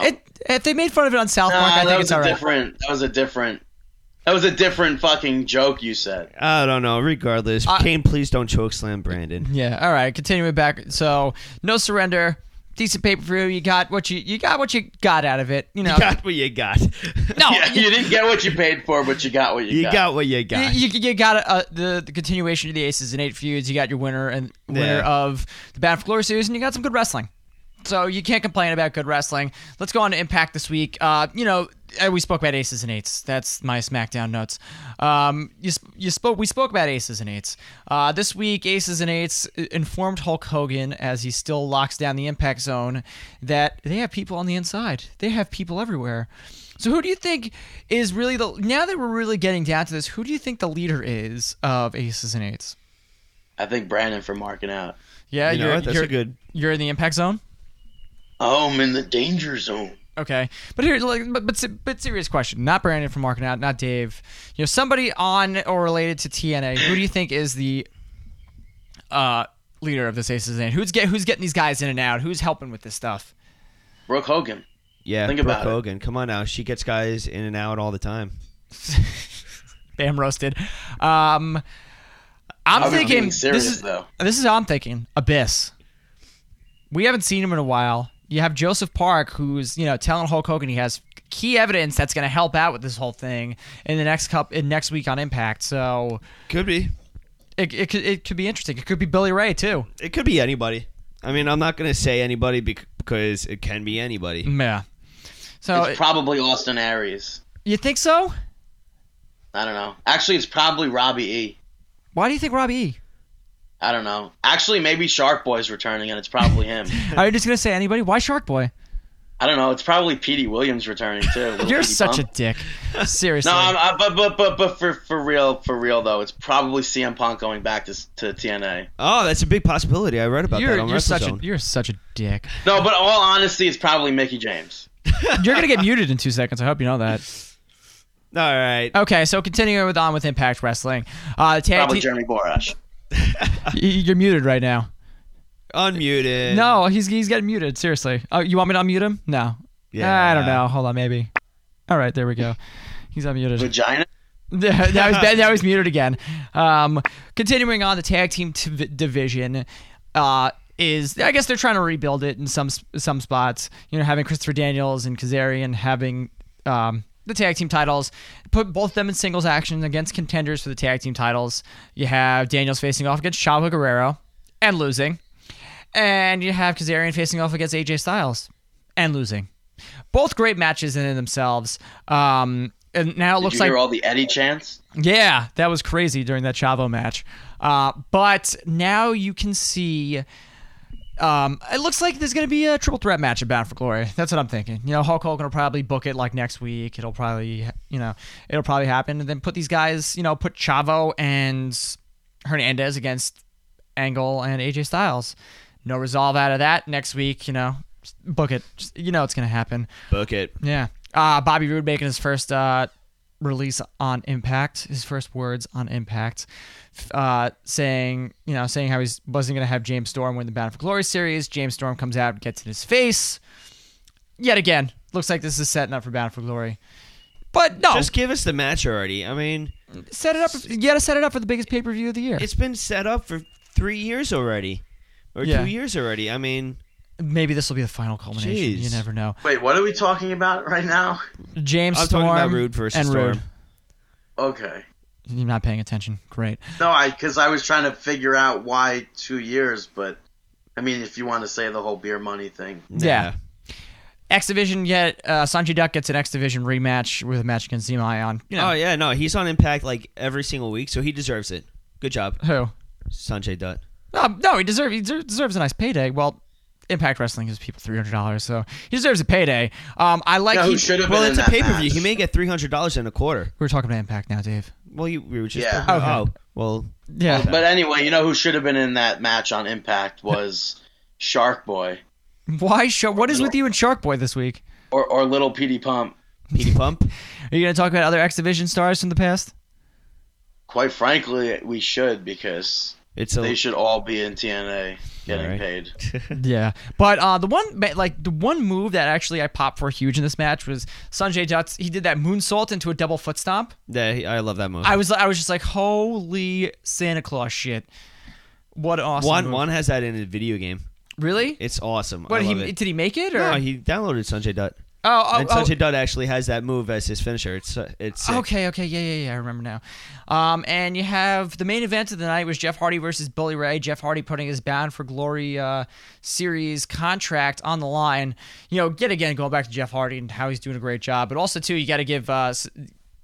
It, if they made fun of it on South
Nah,
Park, I
that
think
was
it's
a
all right.
different. That was a different. That was a different fucking joke you said.
I don't know. Regardless,
I-
Kane, please don't chokeslam Brandon.
Yeah. All right. Continuing back. So no surrender. Decent pay per view. You got what you you got what you got out of it. You know.
You got what you got.
no.
[LAUGHS] Yeah,
you-
you didn't get what you paid for, but you got what you,
[LAUGHS] You
got.
got what you got.
You, you, you got uh, the, the continuation of the Aces and Eight feuds. You got your winner and winner
Yeah.
of the Battle for Glory series, and you got some good wrestling. So you can't complain about good wrestling. Let's go on to Impact this week. Uh, you know, uh, we spoke about Aces and Eights. That's my SmackDown notes. Um, you sp- you spoke. We spoke about Aces and Eights. Uh, this week, Aces and Eights i- informed Hulk Hogan as he still locks down the Impact Zone that they have people on the inside. They have people everywhere. So who do you think is really the now that we're really getting down to this? Who do you think the leader is of Aces and Eights?
I think Brandon for marking out.
Yeah,
You know
are
what? That's
you're
a good.
You're in the Impact Zone.
Oh, I'm in the danger zone.
Okay, but here, like, but, but se- but serious question. Not Brandon from marking out. Not Dave. You know, somebody on or related to TNA. Who do you think is the uh, leader of this Aces and Eights? Who's get who's getting these guys in and out? Who's helping with this stuff?
Brooke Hogan.
Yeah,
Think
Brooke
about it.
Hogan. Come on now. She gets guys in and out all the time.
Bam roasted. Um,
I
I'm
was
thinking
being serious,
this is
though.
this is how I'm thinking Abyss. We haven't seen him in a while. You have Joseph Park, who's you know telling Hulk Hogan he has key evidence that's going to help out with this whole thing in the next cup in next week on Impact. So
Could be.
it it could, it could be interesting. It could be Billy Ray too.
It could be anybody. I mean, I'm not going to say anybody bec- because it can be anybody.
Yeah. So
It's probably Austin Aries.
you think so?
I don't know. Actually, it's probably Robbie E.
Why do you think Robbie? E?
I don't know. Actually, maybe Shark Boy's returning, and it's probably
[LAUGHS]
him.
Are you just going to say anybody? Why Shark Boy?
I don't know. It's probably Petey Williams returning too. Little
You're
Petey
such
Pump. [LAUGHS]
a dick. Seriously.
No, I'm, I, but but but but for for real for real though, it's probably CM Punk going back to to TNA.
Oh, that's a big possibility. I read about
you're
that on
you're such a
WrestleZone.
you're such a dick.
No, but all honesty, it's probably Mickey James.
You're gonna get muted in two seconds. I hope you know that.
All right.
Okay, so continuing with on with Impact Wrestling, uh, the tag
Probably
team,
Jeremy Borash.
y- you're muted right now.
Unmuted.
No, he's he's getting muted. Seriously. Oh, you want me to unmute him? No.
Yeah.
I don't know. Hold on, maybe. All right, there we go. He's unmuted.
Vagina.
[LAUGHS] now, he's, now he's muted again. Um, continuing on the tag team t- division uh, is I guess they're trying to rebuild it in some s- some spots. You know, having Christopher Daniels and Kazarian having um, the tag team titles, put both of them in singles action against contenders for the tag team titles. You have Daniels facing off against Chavo Guerrero and losing and you have Kazarian facing off against AJ Styles and losing. Both great matches in and of themselves. Um, and now it
Did
looks
you
like
hear all the Eddie chants?
yeah, that was crazy during that Chavo match. Uh, but now you can see Um, it looks like there's going to be a triple threat match at Bound for Glory. That's what I'm thinking. You know, Hulk Hogan will probably book it like next week. It'll probably, you know, it'll probably happen. And then put these guys, you know, put Chavo and Hernandez against Angle and AJ Styles. No resolve out of that next week. You know, just book it. Just, you know, it's going to happen.
Book it.
Yeah. Uh, Bobby Roode making his first uh, release on Impact, his first words on Impact, f- uh, saying, you know, saying how he wasn't going to have James Storm win the Battle for Glory series. James Storm comes out, gets in his face. Yet again, looks like this is setting up for Battle for Glory. But no,
Just give us the match already. I mean,
set it up. You got to set it up for the biggest pay per view of the year.
it's been set up for three years already, or
Yeah.
two years already. I mean,
Maybe this will be the final culmination.
Jeez.
You never know.
Wait, what are we talking about right now?
James
I'm
Storm
talking about Rude versus
and
Storm.
Rude.
Okay.
You're not paying attention. Great.
No, I because I was trying to figure out why two years, but I mean, if you want to say the whole beer money thing,
Yeah. X Division yet uh, Sanjay Dutt gets an X Division rematch with a match against Zima Ion. You know,
Oh yeah, no, he's on Impact like every single week, so he deserves it. Good job,
Who?
Sanjay Dutt.
No, no, he deserves he deser- deserves a nice payday. Well, Impact Wrestling gives people three hundred dollars, so he deserves a payday. Um, I like.
No,
he-
who should have
Well,
been
it's
in that
a pay per view.
match.
He may get three hundred dollars in a quarter.
We're talking about Impact now, Dave.
Well, you, we were just
Yeah.
talking about-
Okay.
oh well,
Yeah,
But anyway, you know who should have been in that match on Impact [LAUGHS] was Shark Boy
[LAUGHS] why? Sh- what is with you and Shark Boy this week?
or or Little Petey Pump.
Petey Pump.
Are you going to talk about other X Division stars from the past?
Quite frankly, we should because
It's a
they should all be in TNA getting
Alright.
paid.
Yeah, but uh, the one ma- like the one move that actually I popped for huge in this match was Sanjay Dutt's. He did that moonsault into a double foot stomp.
yeah, I love that move.
I was I was just like, holy Santa Claus shit! What an awesome
Juan
move.
Juan has that in a video game.
Really?
It's awesome.
What
I
he
love it.
did he make it or?
No, he downloaded Sanjay Dutt.
oh, oh,
and
oh.
Sanjay Dutt actually has that move as his finisher. It's it's sick.
Okay, okay, yeah, yeah, yeah. I remember now. Um, and you have the main event of the night was Jeff Hardy versus Bully Ray. Jeff Hardy putting his Bound for Glory uh, series contract on the line. You know, yet again going back to Jeff Hardy and how he's doing a great job, but also too you got to give uh, s-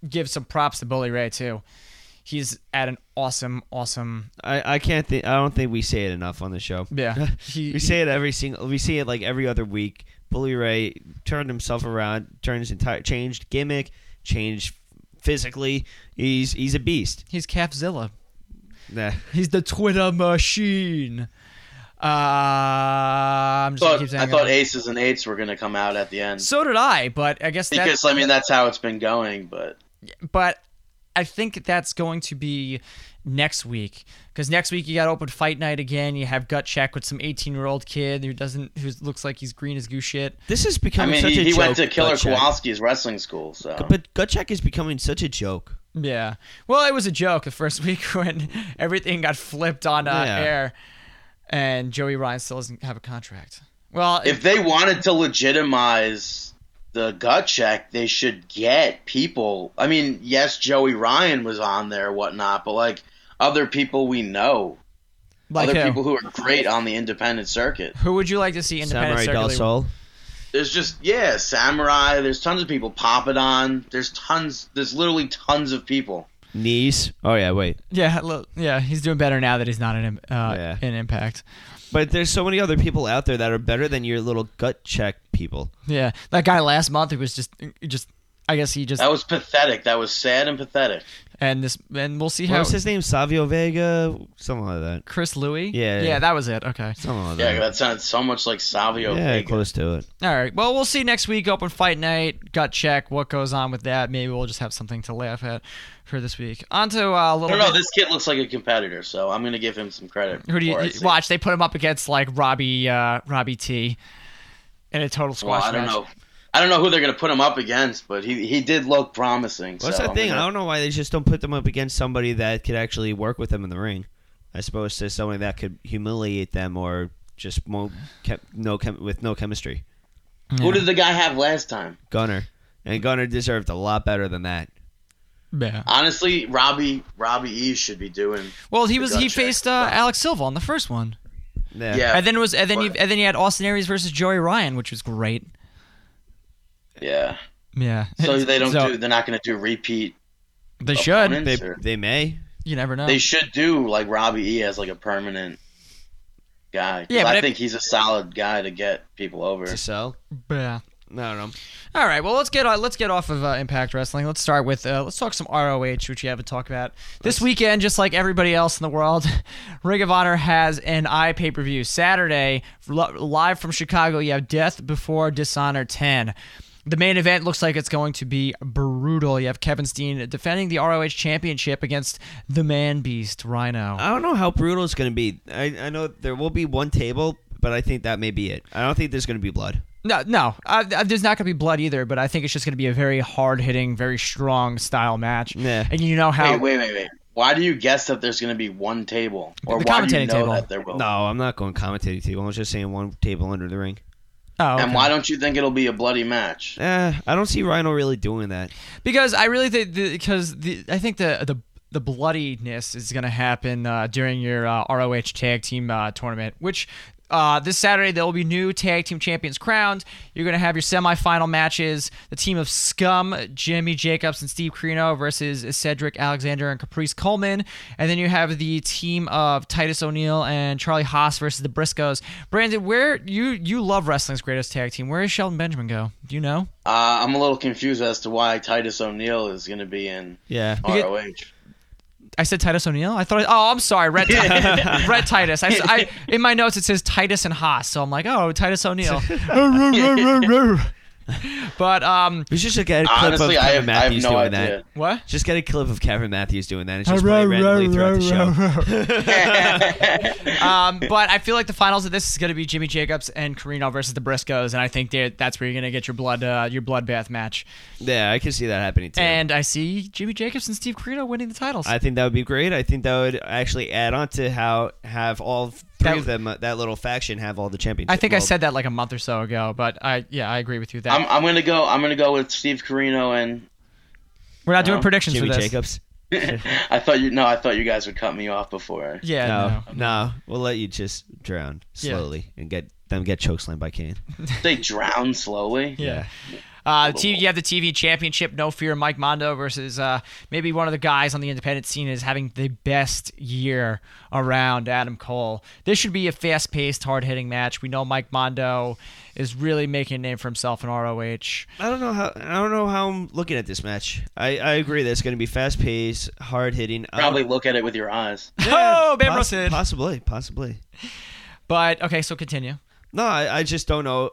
give some props to Bully Ray too. He's at an awesome, awesome.
I, I can't think. I don't think we say it enough on the show. [LAUGHS]
Yeah,
we
he,
say it every single. We see it like every other week. Bully Ray turned himself around, turned his entire, changed gimmick, changed physically. He's he's a beast.
he's Capzilla.
Nah.
He's the Twitter machine. Uh, I'm just
Thought,
gonna keep saying
I thought
that.
aces and eights were going to come out at the end
So did I, but I guess
because
that's
I mean that's how it's been going. But
but I think that's going to be next week because next week you got open fight night again. You have gut check with some 18 year old kid who doesn't who looks like he's green as goose shit.
This is
I
becoming
mean
such
he,
a
he
joke.
went to Killer
Gutcheck.
Kowalski's wrestling school, so
But Gutcheck is becoming such a joke.
Yeah. Well, it was a joke the first [LAUGHS] week when everything got flipped on uh,
Yeah.
air, and Joey Ryan still doesn't have a contract. Well,
if they wanted to legitimize the gut check, they should get people. I mean, yes, Joey Ryan was on there, whatnot, but like other people we know,
like
other
who?
people who are great on the independent circuit.
who would you like to see independent
Samurai Del
circular-
Sol.
There's just yeah, samurai. There's tons of people. Papadon. There's tons. There's literally tons of people.
Knees. Oh yeah, wait.
Yeah, lo- yeah, he's doing better now that he's not in Im- uh,
Yeah.
in Impact.
But there's so many other people out there that are better than your little gut check people.
Yeah, that guy last month who was just just I guess he just
That was pathetic. That was sad and pathetic.
and this and we'll see
What
how
was his name? Savio Vega, something like that.
Chris Louis.
Yeah.
yeah, that was it. Okay,
Something like
Yeah,
that.
that sounded so much like Savio.
yeah,
Vega.
close to it.
all right. Well, we'll see next week. Open fight night. Gut check. What goes on with that? Maybe we'll just have something to laugh at for this week. On to uh, a
I
little.
don't know.
bit-
This kid looks like a competitor, so I'm gonna give him some credit.
Who do you,
before I
you-
see-
watch? They put him up against like Robbie uh, Robbie T. In a total
Well,
squash
I don't
match.
know. I don't know who they're going to put him up against, but he he did look promising.
What's
so
that
I'm
thing? I
gonna-
don't know why they just don't put them up against somebody that could actually work with them in the ring. I suppose to somebody that could humiliate them or just mo- chem- no chem- with no chemistry.
Who did the guy have last time?
Gunner and Gunner deserved a lot better than that.
Yeah.
Honestly, Robbie Robbie E should be doing.
Well, he was
gut
he
check.
faced uh, Alex Silva on the first one,
Yeah.
Yeah,
and then it was and then you and then you had Austin Aries versus Joey Ryan, which was great.
yeah.
Yeah.
So they don't
So
do. They're not going to do repeat.
They should.
opponent?
They
Sure.
they may.
Oh. You never know.
They should do like Robbie E as like a permanent guy. 'Cause
Yeah, but
I
if-
think he's a solid guy to get people over.
to sell.
Yeah.
I don't know.
All right, well let's get uh, let's get off of uh, Impact Wrestling. Let's start with uh, let's talk some ROH, which you haven't talked about this weekend. Just like everybody else in the world, [LAUGHS] Ring of Honor has an i pay per view Saturday li- live from Chicago. You have Death Before Dishonor ten. The main event looks like it's going to be brutal. You have Kevin Steen defending the ROH championship against the Man Beast Rhino.
I don't know how brutal it's going to be. I, I know there will be one table, but I think that may be it. I don't think there's going to be blood.
No, no, uh, th- there's not going to be blood either. But I think it's just going to be a very hard hitting, very strong style match.
Yeah.
and you know how
Wait, wait, wait, wait. Why do you guess that there's going to be one table, or
The
why do you
commentating
know
table.
that there will?
No, I'm not going commentating table. I was just saying one table under the ring.
Oh, okay.
And why don't you think it'll be a bloody match?
Eh, I don't see Rhino really doing that.
Because I really think the, because the I think the the the bloodiness is going to happen uh, during your uh, ROH tag team uh, tournament, which. Uh, this Saturday there will be new tag team champions crowned. You're gonna have your semifinal matches: the team of Scum, Jimmy Jacobs, and Steve Carino versus Cedric Alexander and Caprice Coleman, and then you have the team of Titus O'Neil and Charlie Haas versus the Briscoes. Brandon, where you you love wrestling's greatest tag team? Where does Shelton Benjamin go? Do you know?
Uh, I'm a little confused as to why Titus O'Neil is going to be in
Yeah.
Because-
ROH.
I said Titus O'Neil. I thought. Oh, I'm sorry, Red Titus. [LAUGHS]
[LAUGHS]
Red Titus. I, I- in my notes it says Titus and Haas, so I'm like, oh, Titus
[LAUGHS]
O'Neil. but um,
We should just get a clip
Honestly,
of
I
Kevin
have, I have
Matthews
no
doing
idea.
that.
what?
Just get a clip of Kevin Matthews doing that. and It's just play randomly throughout the show.
Um, but I feel like the finals of this is going to be Jimmy Jacobs and Carino versus the Briscoes, and I think they're- that's where you're going to get your blood uh, your bloodbath match.
Yeah, I can see that happening too.
And I see Jimmy Jacobs and Steve Carino winning the titles.
I think that would be great. I think that would actually add on to how have all three
That-
of them uh, that little faction have all the championships.
I think I said that like a month or so ago, but I yeah I agree with you that
I'm, I'm going to go. I'm going to go with Steve Carino and
we're not doing
no,
predictions
Jimmy
for this.
Jacobs.
I thought you. No, I thought you guys would cut me off before.
Yeah,
No,
no.
no, we'll let you just drown
Yeah.
slowly and get them get chokeslammed by Kane.
They drown slowly.
Yeah. Uh, the TV, you have the TV championship, No Fear, Mike Mondo versus uh, maybe one of the guys on the independent scene is having the best year around Adam Cole. This should be a fast paced, hard hitting match. We know Mike Mondo is really making a name for himself in ROH.
I don't know how I don't know how I'm looking at this match. I, I agree that it's going to be fast paced, hard hitting. uh,
Probably look at it with your eyes.
oh, Ben Rosen.
Possibly, possibly.
But okay, so continue.
No, I, I just don't know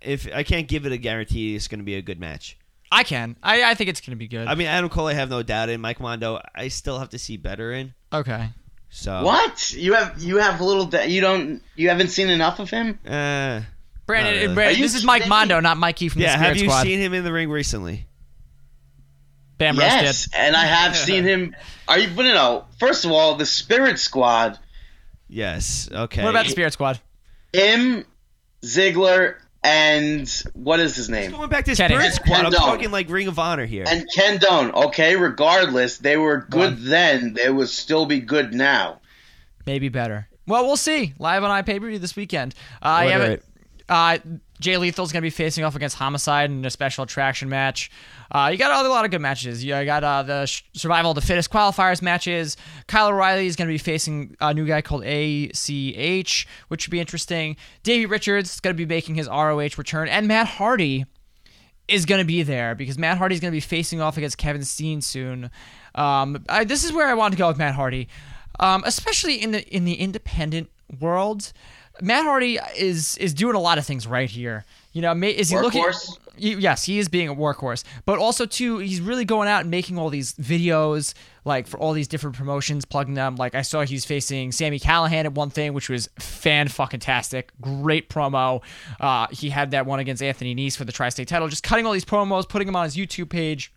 if I can't give it a guarantee. It's going to be a good match.
I can. I, I think it's going to be good.
I mean, Adam Cole, I have no doubt in. Mike Mondo, I still have to see better in.
okay.
So
What? You have you have little. da- You don't. You haven't seen enough of him.
Uh,
Brandon,
Not really.
Brandon,
Are you
this is Mike
kidding
Mondo,
me?
not Mikey from
yeah,
the Spirit
have you
Squad.
seen him in the ring recently?
Bam
Yes, and I
[LAUGHS]
have seen him. Are you? But no. First of all, the Spirit Squad.
Yes. Okay.
What about the Spirit Squad?
Him, Ziggler, and what is his name?
going back to
Kenny.
Spirit Squad? I'm
No.
talking like Ring of Honor here.
And Ken Doan. Okay, regardless, they were good then. They would still be good now.
maybe better. Well, we'll see. Live on iPay-Per-View this weekend. Uh,
Order
yeah, but-
it.
uh, Jay Lethal's going to be facing off against Homicide in a special attraction match. Uh, you got other, a lot of good matches. You got uh, the sh- Survival of the Fittest qualifiers matches. Kyle O'Reilly is going to be facing a new guy called ACH, which should be interesting. Davey Richards is going to be making his ROH return. And Matt Hardy is going to be there because Matt Hardy's going to be facing off against Kevin Steen soon. Um, I, this is where I want to go with Matt Hardy, um, especially in the in the independent world. Matt Hardy is is doing a lot of things right here. You know, ma- is he
Workhorse?
looking? y- yes, he is being a workhorse, but also too, he's really going out and making all these videos, like for all these different promotions, plugging them. Like I saw he's facing Sammy Callahan at one thing, which was fan fucking tastic, great promo. Uh, he had that one against Anthony Nice for the tri-state title, just cutting all these promos, putting them on his YouTube page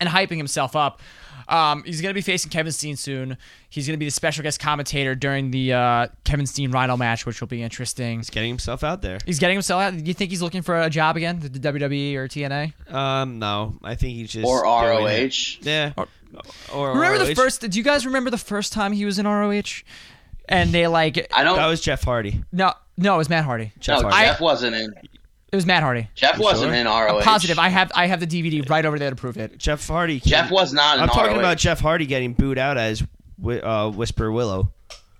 and hyping himself up. Um, he's going to be facing Kevin Steen soon. He's going to be the special guest commentator during the uh, Kevin Steen Rhino match, which will be interesting.
He's getting himself out there.
He's getting himself out. Do you think he's looking for a job again, the WWE or TNA?
Um, no, I think he's just
Or
doing
ROH.
it. Yeah. Or, or
Remember
ROH.
the first? Do you guys remember the first time he was in ROH? And they like
I don't.
That was Jeff Hardy.
no, no, it was Matt Hardy.
Jeff
no,
Hardy.
Jeff wasn't in.
It was Matt Hardy.
Jeff wasn't in ROH.
Positive. I have I have the DVD right over there to prove it.
Jeff Hardy.
Jeff was not in
I'm talking
ROH.
about Jeff Hardy getting booed out as Whi- uh, Whisper Willow.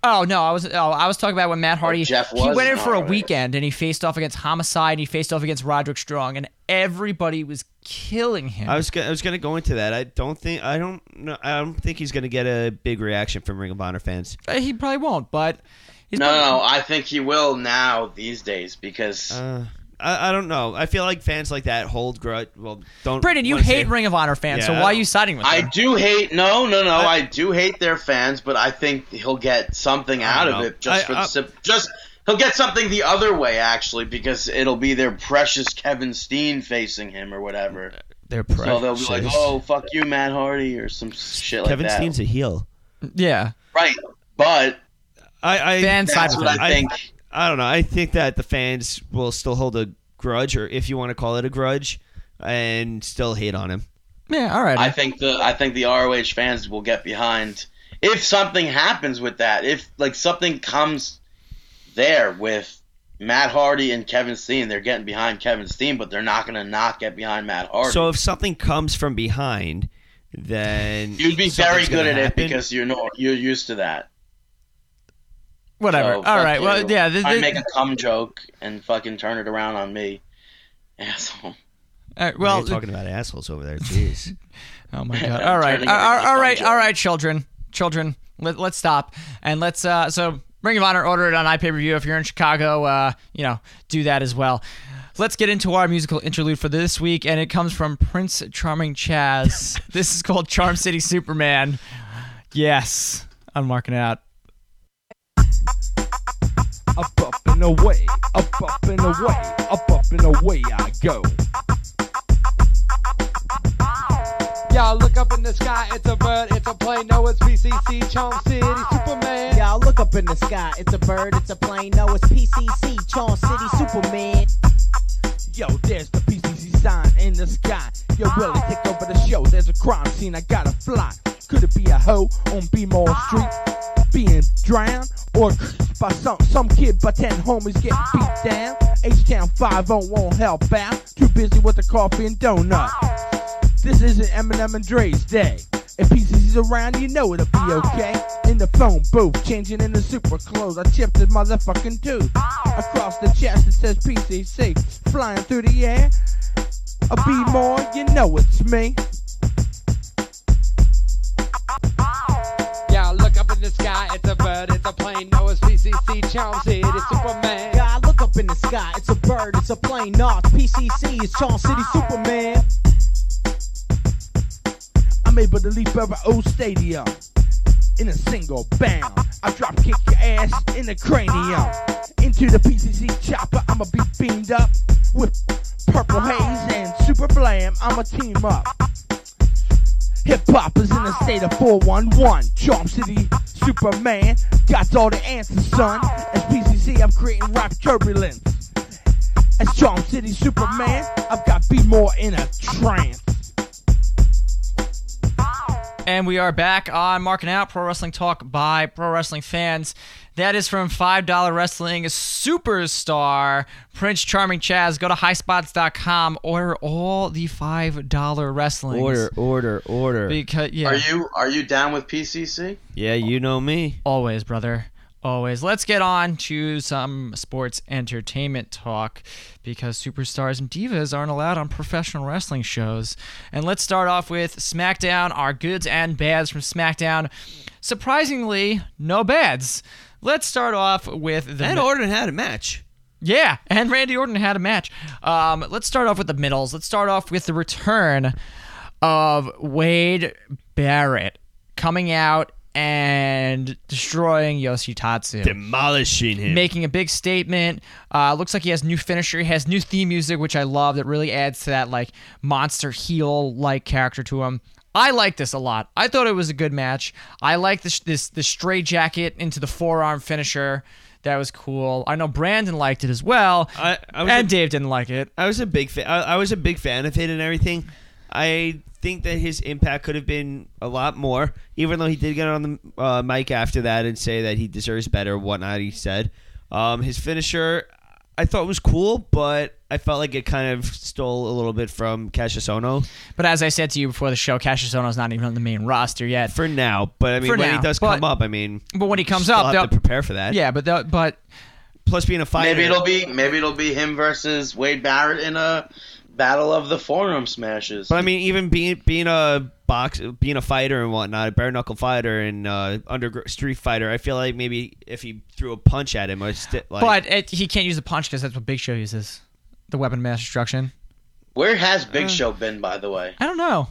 Oh no, I was oh, I was talking about when Matt Hardy
Jeff
he
was?
went in for a
Alright.
weekend and he faced off against Homicide and he faced off against Roderick Strong and everybody was killing him.
I was go- I was gonna go into that. I don't think I don't know. I don't think he's gonna get a big reaction from Ring of Honor fans.
Uh, he probably won't, but he's
No,
probably-
no, I think he will now these days because
Uh, I, I don't know. I feel like fans like that hold grudge. Well, don't.
Brandon, you
wanna say-
hate Ring of Honor fans, so
Yeah.
why are you siding with
I
them?
do hate. No, no, no,
I-
I, do hate their fans, but I think he'll get something out of
know.
it just
I- uh,
for the
I-
sim- just he'll get something the other way actually because it'll be their precious Kevin Steen facing him or whatever.
They're
So they'll be like,
precious.
"Oh, fuck you, Matt Hardy," or some shit like
Kevin
that.
Steen's a heel.
Yeah,
right, but
I I,
fans side
that's
with
what
them.
I think.
I don't know. I think that the fans will still hold a grudge, or if you want to call it a grudge, and still hate on him.
yeah, all right.
I think the I think the ROH fans will get behind if something happens with that. If like something comes there with Matt Hardy and Kevin Steen, they're getting behind Kevin Steen, but they're not going to not get behind Matt Hardy.
So if something comes from behind, then
[LAUGHS] You'd be very
something's
good
gonna
at
happen.
it because you're no, you're used to that.
Whatever.
So,
all
fuck
right.
you.
Well, yeah. This,
I make a cum joke and fucking turn it around on me, [LAUGHS] asshole.
all right,
Man,
well,
you're talking about assholes over there. Jeez.
Oh my god! All right,
Turning
all
it
right,
into
all right,
fun
all right, children, children. Let, let's stop and let's. Uh, so Ring of Honor, order it on iPay review. If you're in Chicago, uh, you know, do that as well. Let's get into our musical interlude for this week, and it comes from Prince
[LAUGHS]
Charming Chaz. this is called Charm City Superman. Yes, I'm marking it out.
up up and away, up up and away, up up and away I go. Y'all look up in the sky, it's a bird, it's a plane, no it's BCC, Charm City, Superman.
Y'all look up in the sky. It's a bird, it's a plane. No, it's PCC, Charm City Superman.
Yo, there's the PCC sign in the sky. Yo, Willie, take over the show. There's a crime scene, I gotta fly. Could it be a hoe on Beemore Street? Being drowned or crushed by some some kid by ten homies getting beat down? H-Town 50 won't help out. Too busy with the coffee and donut. This isn't Eminem and Dre's day. If PCC's around, you know it'll be okay. In the phone booth, changing in the super clothes. I chipped his motherfucking tooth. Across the chest, it says PCC. Flying through the air. A B more, you know it's me. Y'all look up in the sky, it's a bird, it's a plane. No, it's PCC, Charm City, Superman.
Y'all look up in the sky. It's a bird, it's a plane. No, it's PCC, it's Charm City Superman.
I'm able to leap over old stadium in a single bound. I drop kick your ass in the cranium. Into the PCC chopper, I'ma be beamed up with purple haze and super blam. I'ma team up. Hip hop is in the state of 411. Charm City, Superman, got all the answers, son. As PCC, I'm creating rap turbulence. As Charm City, Superman, I've got B more in a trance.
And we are back on Marking Out Pro Wrestling Talk by Pro Wrestling Fans. That is from $5 Wrestling Superstar Prince Charming Chaz. Go to highspots.com, order all the $5 wrestling.
order, order, order.
Because, yeah,
Are you are you down with PCC?
yeah, you know me.
always, brother. Always. Let's get on to some sports entertainment talk because superstars and divas aren't allowed on professional wrestling shows. And let's start off with SmackDown, our goods and bads from SmackDown. Surprisingly, no bads. Let's start off with the
Ed Orton had a match.
yeah, and Randy Orton had a match. Um, let's start off with the middles. Let's start off with the return of Wade Barrett coming out and destroying Yoshitatsu.
Demolishing him.
Making a big statement. Uh, looks like he has new finisher. He has new theme music, which I love. That really adds to that like monster heel like character to him. I like this a lot. I thought it was a good match. I like this this the stray jacket into the forearm finisher. That was cool. I know Brandon liked it as well,
I- I was
and
a-
Dave didn't like it.
I was a big fan. I, I was a big fan of it and everything. I think that his impact could have been a lot more, even though he did get on the uh, mic after that and say that he deserves better, whatnot. He said um, his finisher. I thought was cool, but I felt like it kind of stole a little bit from Cassius Ohno
But as I said to you before the show, Cassius Ohno's not even on the main roster yet.
for now. But I mean,
For
when
now,
he does
but-
come up, I mean,
but when he comes
still
up,
have
they'll-
to prepare for that.
yeah, but the, but
Plus, being a fighter,
Maybe it'll be maybe it'll be him versus Wade Barrett in a battle of the forum smashes.
But I mean, even being being a box, being a fighter and whatnot, a bare knuckle fighter and uh, under street fighter, I feel like maybe if he threw a punch at him, or st- like,
but it, he can't use the punch because that's what Big Show uses, the weapon of mass destruction.
Where has Big
uh,
Show been, by the way?
I don't know.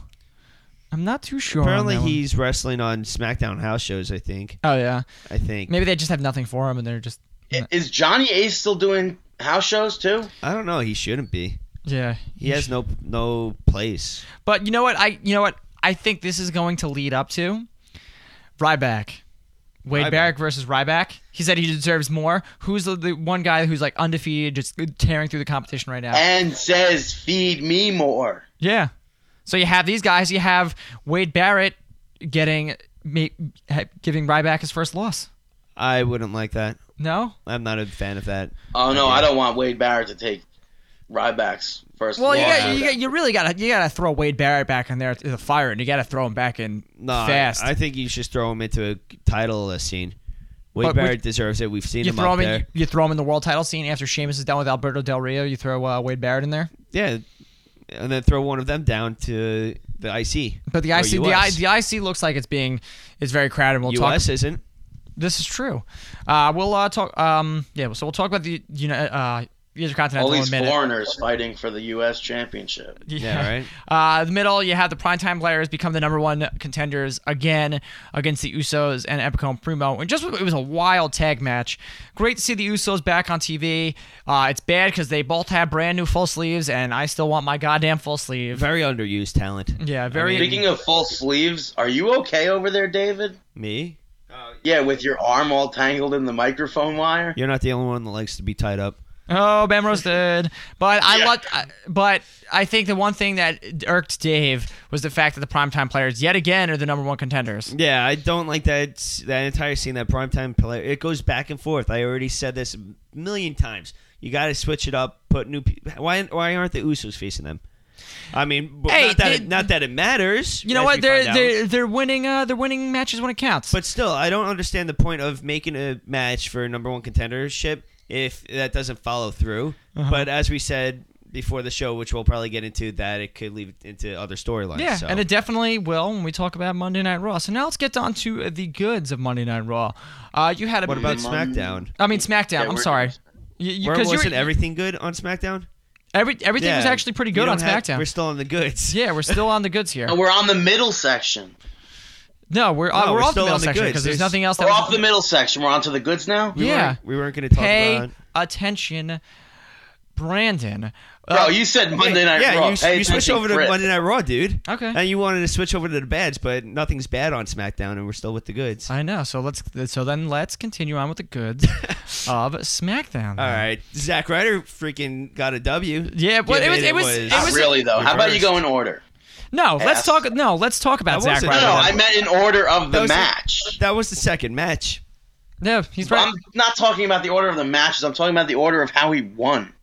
I'm not too sure. on
apparently
that one.
he's wrestling on SmackDown house shows. I think.
Oh yeah,
I think.
maybe they just have nothing for him and they're just
I- Is Johnny Ace still doing house shows too?
I don't know. He shouldn't be.
yeah.
He has no no place.
But you know what? I you know what? I think this is going to lead up to Ryback. Wade
Ryback.
Barrett versus Ryback. He said he deserves more. Who's the, the one guy who's like undefeated, just tearing through the competition right now?
And says, "Feed me more."
yeah. So you have these guys. You have Wade Barrett getting ma- ha- giving Ryback his first loss.
I wouldn't like that.
No.
I'm not a fan of that.
Oh no, I don't want Wade Barrett to take Ryback's first.
Well, you,
loss.
got, you, got, you really gotta you gotta throw Wade Barrett back in there to the fire, and you gotta throw him back in
No, I-
fast.
I, think you should throw him into a title uh, scene. Wade
But we-
Barrett deserves it. We've seen
you
him
throw him
up
in,
there.
you, throw him in the world title scene after Sheamus is done with Alberto Del Rio. You throw uh, Wade Barrett in there,
Yeah, and then throw one of them down to the IC.
but the
Or
IC the, I,
US.
the IC looks like it's being it's very crowded. We'll talk.
US isn't.
This is true. Uh, we'll uh, talk. Um, yeah. So we'll talk about the you know uh, Intercontinental
all
in a
these
minute. [LAUGHS]
foreigners fighting for the U.S. Championship.
[LAUGHS] Yeah, right.
Uh, the middle, you have the primetime players become the number one contenders again against the Usos and Epico and Primo. And just it was a wild tag match. Great to see the Usos back on TV. Uh, it's bad because they both have brand new full sleeves, and I still want my goddamn full sleeve.
Very underused talent.
Yeah, very.
Speaking of full sleeves, are you okay over there, David?
Me?
Yeah, with your arm all tangled in the microphone wire.
You're not the only one that likes to be tied up.
Oh, Bam roasted. But I
Yeah.
lo- I- but I think the one thing that irked Dave was the fact that the primetime players yet again are the number one contenders.
Yeah, I don't like that s- that entire scene. That primetime player. It goes back and forth. I already said this a million times. You got to switch it up. Put new. pe- Why? Why aren't the Usos facing them? I mean, but
Hey,
not, that
they-
it, not that it matters.
You know
as
what?
we
They're
find out.
they're they're winning. Uh, they're winning matches when it counts.
But still, I don't understand the point of making a match for number one contendership if that doesn't follow through.
Uh-huh.
But as we said before the show, which we'll probably get into, that it could lead into other storylines.
Yeah,
so.
and it definitely will when we talk about Monday Night Raw. So now let's get on to uh, the goods of Monday Night Raw. Uh, you had a
what about
Mm.
SmackDown?
I mean SmackDown.
Yeah,
I'm
we're-
sorry. You- you-
Where
'cause you
wasn't
were-
everything good on SmackDown?
every- everything was
Yeah.
actually pretty
We
good on
don't have-
SmackDown.
we're still on the goods.
yeah, we're still on the goods
[LAUGHS]
here.
And we're on the middle section.
No, we're uh,
No,
we're,
we're
off the
still
middle
on the
section
goods.
because there's
There's-
nothing else that
We're
was-
off the middle section. We're on to the goods now.
We
yeah.
weren't, we weren't going to talk
Pay
about.
attention, Brandon.
Bro, you said Monday Night
Uh, yeah,
Raw.
you,
Pay
you switched
attention,
over to
Chris.
Monday Night Raw, dude.
Okay.
And you wanted to switch over to the bads, but nothing's bad on SmackDown, and we're still with the goods.
I know. So let's so then let's continue on with the
[LAUGHS]
goods of SmackDown.
All right, Zack Ryder freaking got a W.
Yeah, but it was-
Given
it was- it
Not
was-
really though. How about you go in order?
No, let's
Ass.
talk. No, let's talk about
That
Zack
wasn't-
No,
Ryder.
no,
that
I
was-
meant in order of
that
the
was the-
match.
That was the second match.
No, he's right.
I'm not talking about the order of the matches. I'm talking about the order of how he won.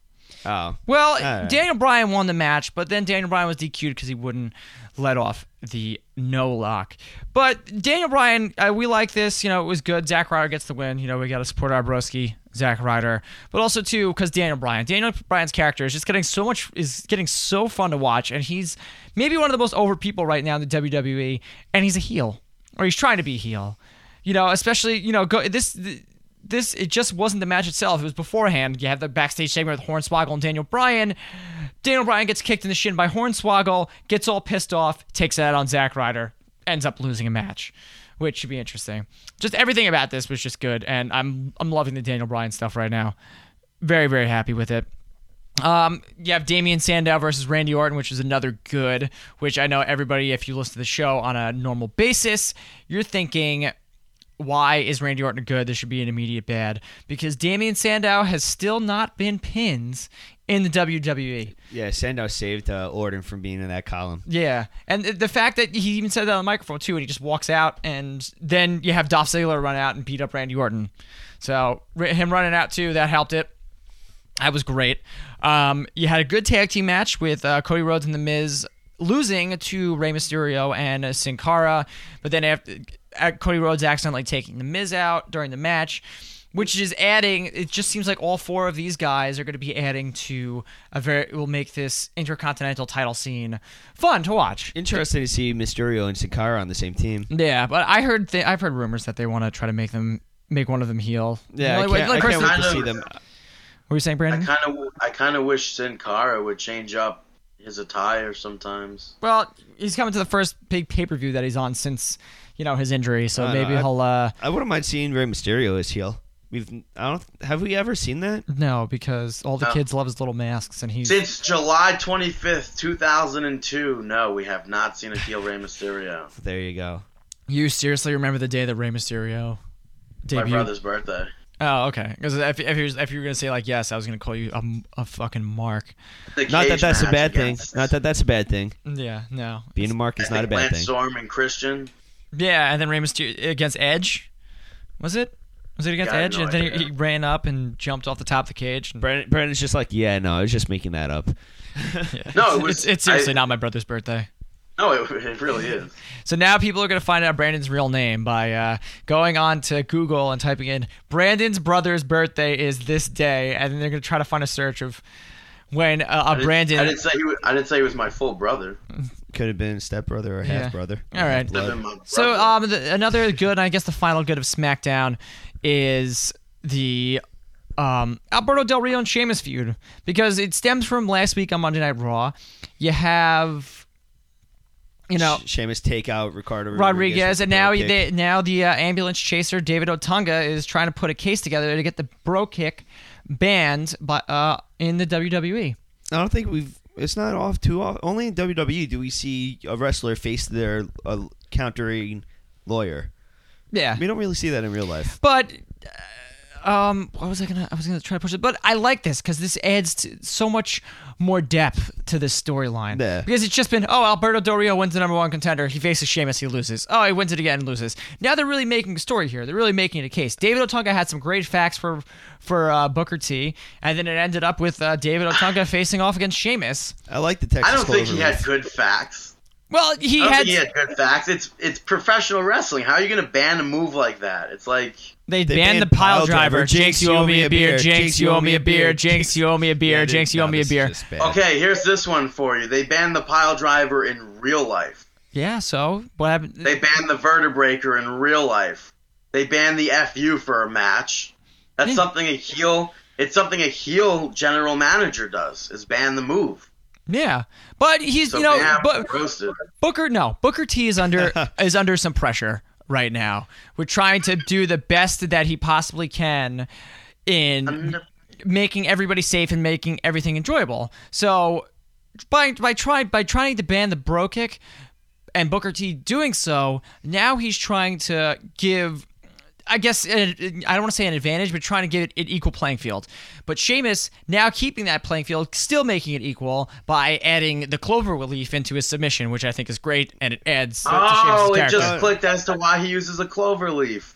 Oh,
Well,
right.
Daniel Bryan won the match, but then Daniel Bryan was DQ'd because he wouldn't let off the no lock. But Daniel Bryan, uh, we like this. You know, it was good. Zack Ryder gets the win. You know, we got to support our broski, Zack Ryder. But also, too, because Daniel Bryan. Daniel Bryan's character is just getting so much, is getting so fun to watch. And he's maybe one of the most over people right now in the WWE. And he's a heel, or he's trying to be a heel. You know, especially, you know, go this. th- this it just wasn't the match itself. It was beforehand. You have the backstage segment with Hornswoggle and Daniel Bryan. Daniel Bryan gets kicked in the shin by Hornswoggle, gets all pissed off, takes that on Zack Ryder, ends up losing a match, which should be interesting. Just everything about this was just good, and I'm I'm loving the Daniel Bryan stuff right now. Very very happy with it. Um, you have Damian Sandow versus Randy Orton, which is another good. Which I know everybody, if you listen to the show on a normal basis, you're thinking why is Randy Orton good? There should be an immediate bad because Damian Sandow has still not been pins in the E. WWE.
yeah. Sandow saved uh, Orton from being in that column.
Yeah, and th- the fact that he even said that on the microphone too, and he just walks out, and then you have Dolph Ziggler run out and beat up Randy Orton. So r- him running out too, that helped it. That was great. Um, you had a good tag team match with uh, Cody Rhodes and The Miz losing to Rey Mysterio and uh, Sin Cara, but then after uh, Cody Rhodes accidentally taking The Miz out during the match, which is adding. It just seems like all four of these guys are going to be adding to a very. Will make this intercontinental title scene fun to watch.
Interesting to see Mysterio and Sakara on the same team.
Yeah, but I heard th- I've heard rumors that they want to try to make them make one of them heal.
Yeah,
like,
I can't,
like
I
Chris,
can't wait to
Christian-
see them.
what were you saying,
I
Brandon?
kind of I kind of wish Sin Cara would change up his attire sometimes.
Well, he's coming to the first big pay per view that he's on since you know his injury, so
I
maybe
know, I-
he'll. uh
I wouldn't mind seeing Rey Mysterio as heel. We've I don't have we ever seen that?
No, because all the
No.
kids love his little masks, and he's
Since July 25th, 2002, no, we have not seen a heel Rey Mysterio.
There you go.
you seriously remember the day that Rey Mysterio
My
debuted?
brother's birthday.
Oh, okay. Because if if you, if you were gonna say like yes, I was gonna call you a, m- a fucking mark.
The
Not that
cage
that's a
match
bad thing.
against-
Not that that's a bad thing.
Yeah, no.
Being a mark
I
is not a
think
bad
Lance
thing.
Storm and Christian.
Yeah, and then Rey Mysterio against Edge, was it? Was it against
Yeah, I have
Edge?
no
and then he,
idea.
he ran up and jumped off the top of the cage. and-
Brandon, Brandon's just like, yeah, no, I was just making that up.
No, it
it's,
was-
it's, it's seriously
I-
not my brother's birthday.
No, it, it really is.
So now people are going to find out Brandon's real name by uh, going on to Google and typing in Brandon's brother's birthday is this day, and then they're going to try to find a search of when uh,
I
a
didn't-
Brandon.
I didn't say he was, I didn't say he was my full brother.
Could have been step brother or
Yeah.
half brother.
All right.
Could've been my
So
brother.
um, the, another good, I guess the final good of SmackDown is the um, Alberto Del Rio and Sheamus feud because it stems from last week on Monday Night Raw. You have, you know,
Sh- Sheamus take out Ricardo
Rodriguez,
with
and
the
now
bro kick.
they, now the uh, ambulance chaser David Otunga is trying to put a case together to get the bro kick banned by uh, in the E. WWE.
I don't think we've. It's not off too off. Only in WWE do we see a wrestler face their uh, countering lawyer.
Yeah,
We don't really see that in real life.
but uh, um, what was I gonna? I was gonna try to push it, but I like this because this adds to, so much more depth to this storyline.
Yeah.
Because it's just been oh, Alberto Dorio wins the number one contender. He faces Sheamus, he loses. Oh, he wins it again and loses. Now they're really making a story here. They're really making it a case. David Otunga had some great facts for for uh, Booker T, and then it ended up with uh, David [SIGHS] Otunga facing off against Sheamus.
I like the Texas.
I don't think
Clover
he had
Roof.
good facts.
Well, he
I don't
had,
think he had good facts. It's it's professional wrestling. How are you going to ban a move like that? It's like
They,
They
banned, the pile driver. Jinx, you owe me a beer. Jinx, you owe me a beer. Jinx, you owe me a
Yeah,
beer.
dude,
Jinx, you
no,
owe me a
this is
beer.
just bad.
okay, here's this one for you. They banned the pile driver in real life.
Yeah. So what happened?
They banned the vertebraker in real life. They banned the FU for a match. That's
Yeah.
something a heel. It's something a heel general manager does is ban the move.
Yeah, but he's
So
you know
bam,
Bu-
roasted.
Booker no Booker T is under is under some pressure right now. We're trying to do the best that he possibly can in making everybody safe and making everything enjoyable. So by by trying by trying to ban the bro kick and Booker T doing so, now he's trying to give I guess an- I don't want to say an advantage, but trying to give it an equal playing field. But Sheamus now keeping that playing field, still making it equal by adding the clover relief into his submission, which I think is great, and it adds uh, to
Oh,
Sheamus'
it
character.
just clicked as to why he uses a clover leaf.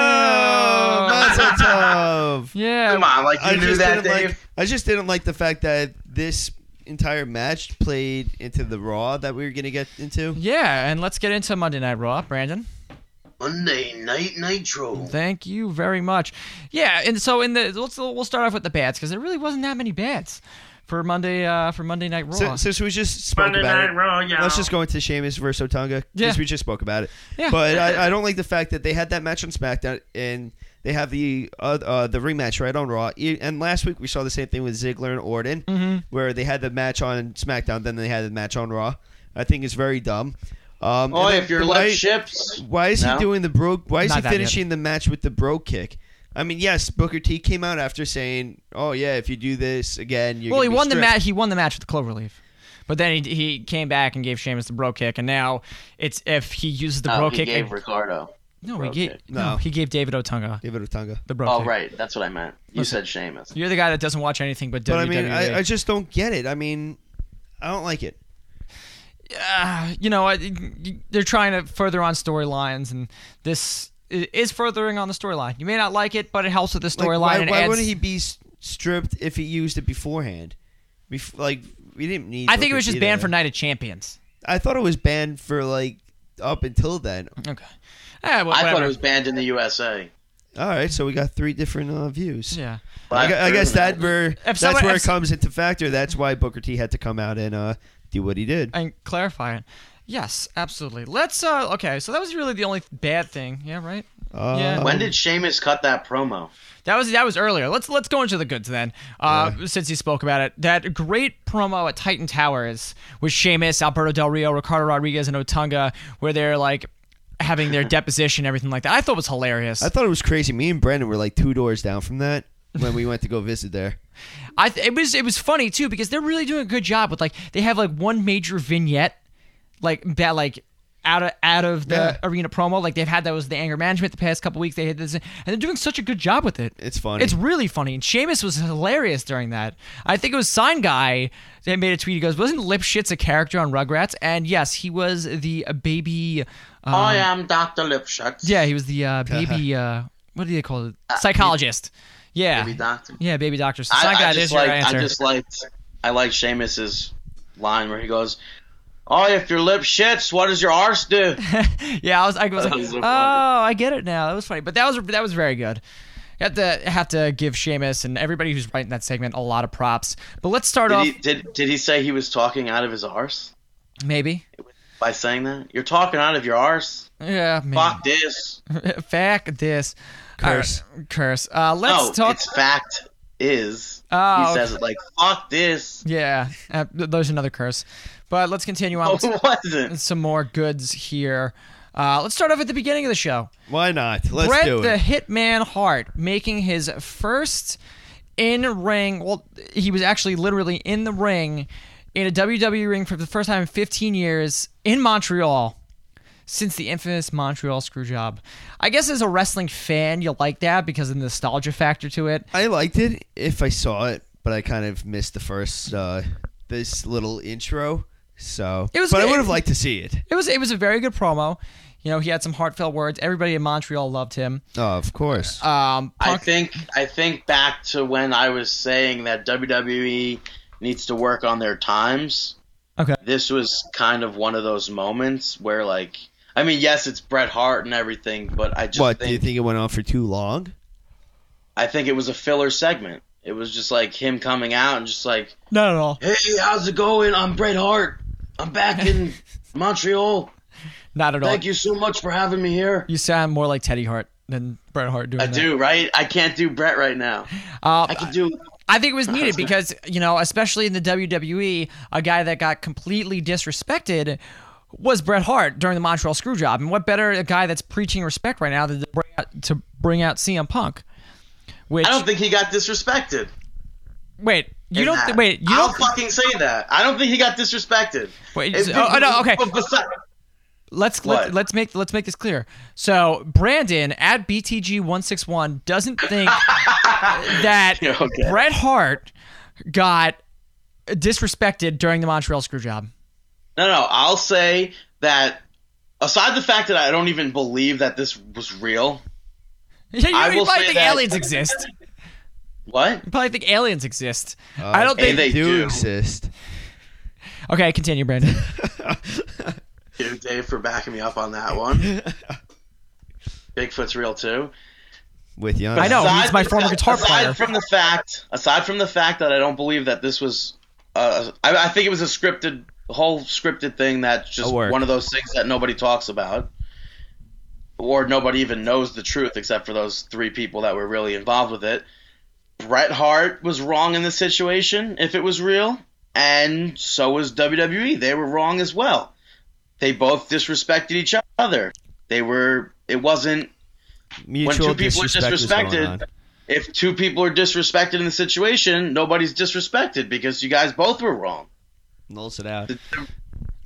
Oh,
yeah,
Mazel
[LAUGHS]
[LAUGHS]
tov.
yeah.
Come on, like you
I
knew
just
that,
didn't
Dave.
like. I just didn't like the fact that this entire match played into the Raw that we were gonna get into.
Yeah, and let's get into Monday Night Raw, Brandon.
Monday Night Nitro.
Thank you very much. Yeah, and so in the let's we'll start off with the bats because there really wasn't that many bats for Monday uh, for Monday Night Raw.
So, since we just spoke
Monday
about
Night
it,
Raw, yeah.
let's just go into Sheamus versus Otunga.
Yeah.
Since we just spoke about it.
Yeah.
But I, I don't like the fact that they had that match on SmackDown and they have the uh, uh, the rematch right on Raw. E- And last week we saw the same thing with Ziggler and Orton,
Mm-hmm.
where they had the match on SmackDown, then they had the match on Raw. I think it's very dumb. Um,
Oh,
and then
if you're
why-
left ships.
Why is
No?
he doing the bro? Why is
Not
he
that yet.
finishing the match with the bro kick? I mean, yes, Booker T came out after saying, "Oh yeah, if you do this again, you're
Well, he
gonna be
won the
stripped."
match. He won the match with the cloverleaf, but then he he came back and gave Sheamus the bro kick, and now it's if he uses the
No,
bro
he
kick.
gave
and-
Ricardo.
no, he
bro
gave
kick.
no.
No.
he gave David Otunga
David Otunga.
the bro
Oh,
kick.
right. That's what I meant. You said Sheamus.
You're the guy that doesn't watch anything but, E.
But
WWE.
I mean, I, I just don't get it. I mean, I don't like it.
Ah, you know, I, they're trying to further on storylines, and this i- is furthering on the storyline. You may not like it, but it helps with the
Like,
storyline.
why
and
why
adds-
wouldn't he be s- stripped if he used it beforehand. Bef- like we didn't need.
I think it was just
Okada.
banned for Night of Champions.
I thought it was banned for like up until then.
Okay. Eh, wh-
I thought
whatever.
it was banned in the USA.
All right, so we got three different uh, views.
Yeah.
But
I, gu- I guess that were,
If
that's
someone-
where
if
it comes into factor. That's why Booker T had to come out and uh, do what he did.
and clarify it. Yes, absolutely. Let's. uh Okay, so that was really the only bad thing. Yeah, right.
Uh,
yeah.
When did Sheamus cut that promo?
That was that was earlier. Let's let's go into the goods then. Uh, Since you spoke about it, that great promo at Titan Towers with Sheamus, Alberto Del Rio, Ricardo Rodriguez, and Otunga, where they're like having their deposition, and everything like that. I thought was hilarious.
I thought it was crazy. Me and Brandon were like two doors down from that when we went to go visit there.
I th- it was it was funny too because they're really doing a good job with like they have like one major vignette like that like out of out of the
Yeah.
arena promo like they've had that was the anger management the past couple weeks they had this and they're doing such a good job with it.
It's funny.
It's really funny and Sheamus was hilarious during that. I think it was Sign Guy that made a tweet. He goes, "Wasn't Lipschitz a character on Rugrats?" And yes, he was the uh, baby. Uh,
I am Dr. Lipschutz.
yeah, he was the
[LAUGHS]
uh, baby. uh, what do they call it? Psychologist. Yeah.
Uh, Baby doctor.
Yeah, baby doctor. So
I,
Sign
I
Guy,
just
there's
like,
your answer.
I just liked, I like Seamus's line where he goes, Oh, if your lip shits, what does your arse do?
Yeah, I was, I was like,
That was so
oh,
funny.
I get it now. That was funny, but that was that was very good. You have to have to give Seamus and everybody who's writing that segment a lot of props. But let's start
Did
off
he, did, did he say he was talking out of his arse
maybe.
by saying that? You're talking out of your arse.
Yeah, maybe.
Fuck this.
[LAUGHS] Fuck this.
Curse.
[LAUGHS] All right, curse. Uh, let's
No,
talk.
Oh, it's fact is.
Oh.
He says it like, fuck this.
Yeah, uh, th- there's another curse. But let's continue on
Oh, [LAUGHS]
with
it wasn't.
some more goods here. Uh, let's start off at the beginning of the show.
Why not? Let's
Bret
do
the
it.
Hitman Hart making his first in ring. Well, he was actually literally in the ring in a WWE ring for the first time in 15 years in Montreal since the infamous Montreal Screwjob. I guess as a wrestling fan, you'll like that because of the nostalgia factor to it.
I liked it if I saw it, but I kind of missed the first uh, this little intro. So,
It was
but I
good.
would have liked to see it.
It was it was a very good promo. You know, he had some heartfelt words. Everybody in Montreal loved him.
Oh, of course.
Um,
I
Punk-
think I think back to when I was saying that WWE needs to work on their times.
Okay.
This was kind of one of those moments where like I mean, yes, it's Bret Hart and everything, but I just
what do you
think,
think it went on for too long?
I think it was a filler segment. It was just like him coming out and just like,
not at all.
"Hey, how's it going? I'm Bret Hart. I'm back [LAUGHS] in Montreal.
Not at all.
Thank you so much for having me here."
You sound more like Teddy Hart than Bret Hart doing
I
that.
do, right? I can't do Bret right now.
Uh,
I can do
I think it
[LAUGHS]
was needed because you know, especially in the WWE, a guy that got completely disrespected was Bret Hart during the Montreal Screwjob, and what better a guy that's preaching respect right now than to bring out, to bring out CM Punk? Which
I don't think he got disrespected.
wait, you
in
don't
that.
th- wait, you
I'll
don't.
fucking say that. I don't think he got disrespected.
Wait,
It-
oh, oh, no, okay.
but besi-
let's
What?
let, let's make let's make this clear. So Brandon at BTG one six one
[LAUGHS]
doesn't think that
Yeah, okay.
Bret Hart got disrespected during the Montreal Screwjob.
No, no. I'll say that. Aside the fact that I don't even believe that this was real.
Yeah, [LAUGHS] you,
I
you
will
probably
say
think
that-
aliens exist.
What?
You probably think aliens exist. I don't
Uh,
think.
and they do.
exist. [LAUGHS]
okay, continue,
[LAUGHS]
Brandon.
Thank you, Dave, for backing me up on that [LAUGHS] one. Bigfoot's real too.
With Giannis.
I know. he's
Aside
my
from
former
the-
guitar
aside
player.
From the fact, aside from the fact that I don't believe that this was, uh, I, I think it was a scripted, whole scripted thing that's just
A work.
one of those things that nobody talks about, or nobody even knows the truth except for those three people that were really involved with it. Bret Hart was wrong in the situation if it was real, and so was WWE. They were wrong as well. They both disrespected each other. They were. It wasn't
Mutual
when two people are
disrespect was going on.
disrespected, if two people are disrespected in the situation, nobody's disrespected because you guys both were wrong.
nulls it out.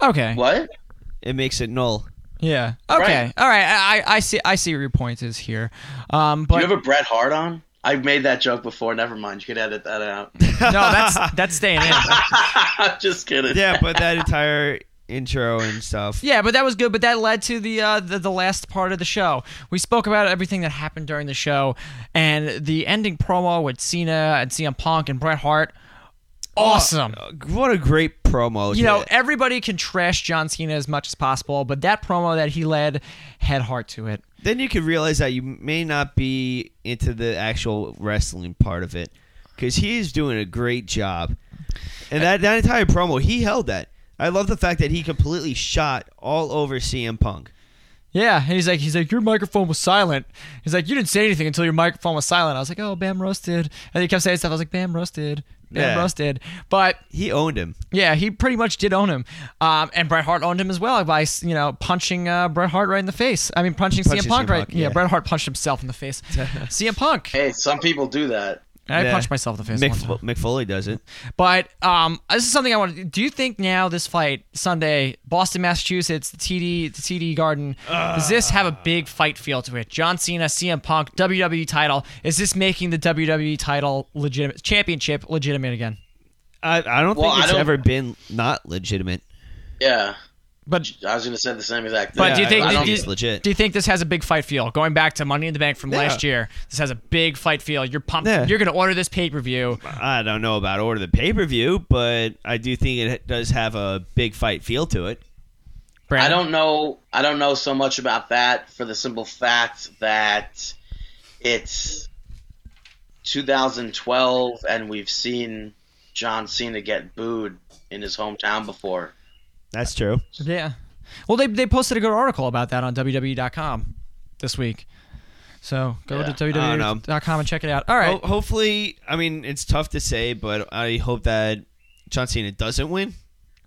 Okay.
What?
It makes
[LAUGHS]
it null.
Yeah. Okay.
Right.
All right. I, I- I see. I see where your point is here. Um, but
you have a Bret Hart on? I made that joke before. Never mind. You could edit that out. [LAUGHS]
no, that's that's staying in.
I'm just kidding.
Yeah, but that entire intro and stuff.
Yeah, but that was good. But that led to the, uh, the the last part of the show. We spoke about everything that happened during the show, and the ending promo with Cena and CM Punk and Bret Hart.
Oh,
Awesome.
Uh, What a great promo.
you know,
to-
everybody can trash John Cena as much as possible, but that promo that he led had heart to it.
then you could realize that you may not be into the actual wrestling part of it because he is doing a great job. And that, that entire promo, he held that. I love the fact that he completely shot all over CM Punk.
Yeah, and he's like, he's like, your microphone was silent. He's like, you didn't say anything until your microphone was silent. I was like, oh, Bam roasted, and he kept saying stuff. I was like, Bam roasted, Bam
Yeah.
roasted. But
He owned him.
yeah, he pretty much did own him, um, and Bret Hart owned him as well by you know punching uh, Bret Hart right in the face. I mean, punching
Punching
CM Punk
CM
right.
Punk,
yeah.
yeah.
Bret Hart punched himself in the
[LAUGHS]
face. CM Punk.
Hey, some people do that.
I
Yeah.
punched myself in the face.
Mick,
one time.
Fo- Mick Foley does it.
But um, this is something I want to. Do you think now this fight Sunday, Boston, Massachusetts, the TD, the TD Garden, does this have a big fight feel to it? John Cena, CM Punk, WWE title. Is this making the WWE title legitimate championship legitimate again?
I, I don't
Well, I
think it's
don't-
ever been not legitimate.
Yeah,
But
I was gonna say the same exact thing.
But do you
I-
think
I
do
don't
you-
think it's legit?
do you think this has a big fight feel? Going back to Money in the Bank from last
Yeah.
year, this has a big fight feel. You're pumped.
Yeah.
You're going to order this pay per view.
I don't know about order the pay per view, but I do think it does have a big fight feel to it.
I don't know. I don't know so much about that for the simple fact that it's 2012 and we've seen John Cena get booed in his hometown before.
That's true.
Yeah. Well, they, they posted a good article about that on WWE.com this week. So go
Yeah.
to
I don't Oh,
WWE.com and check it out. All right.
Ho- hopefully, I mean, it's tough to say, but I hope that John Cena doesn't win.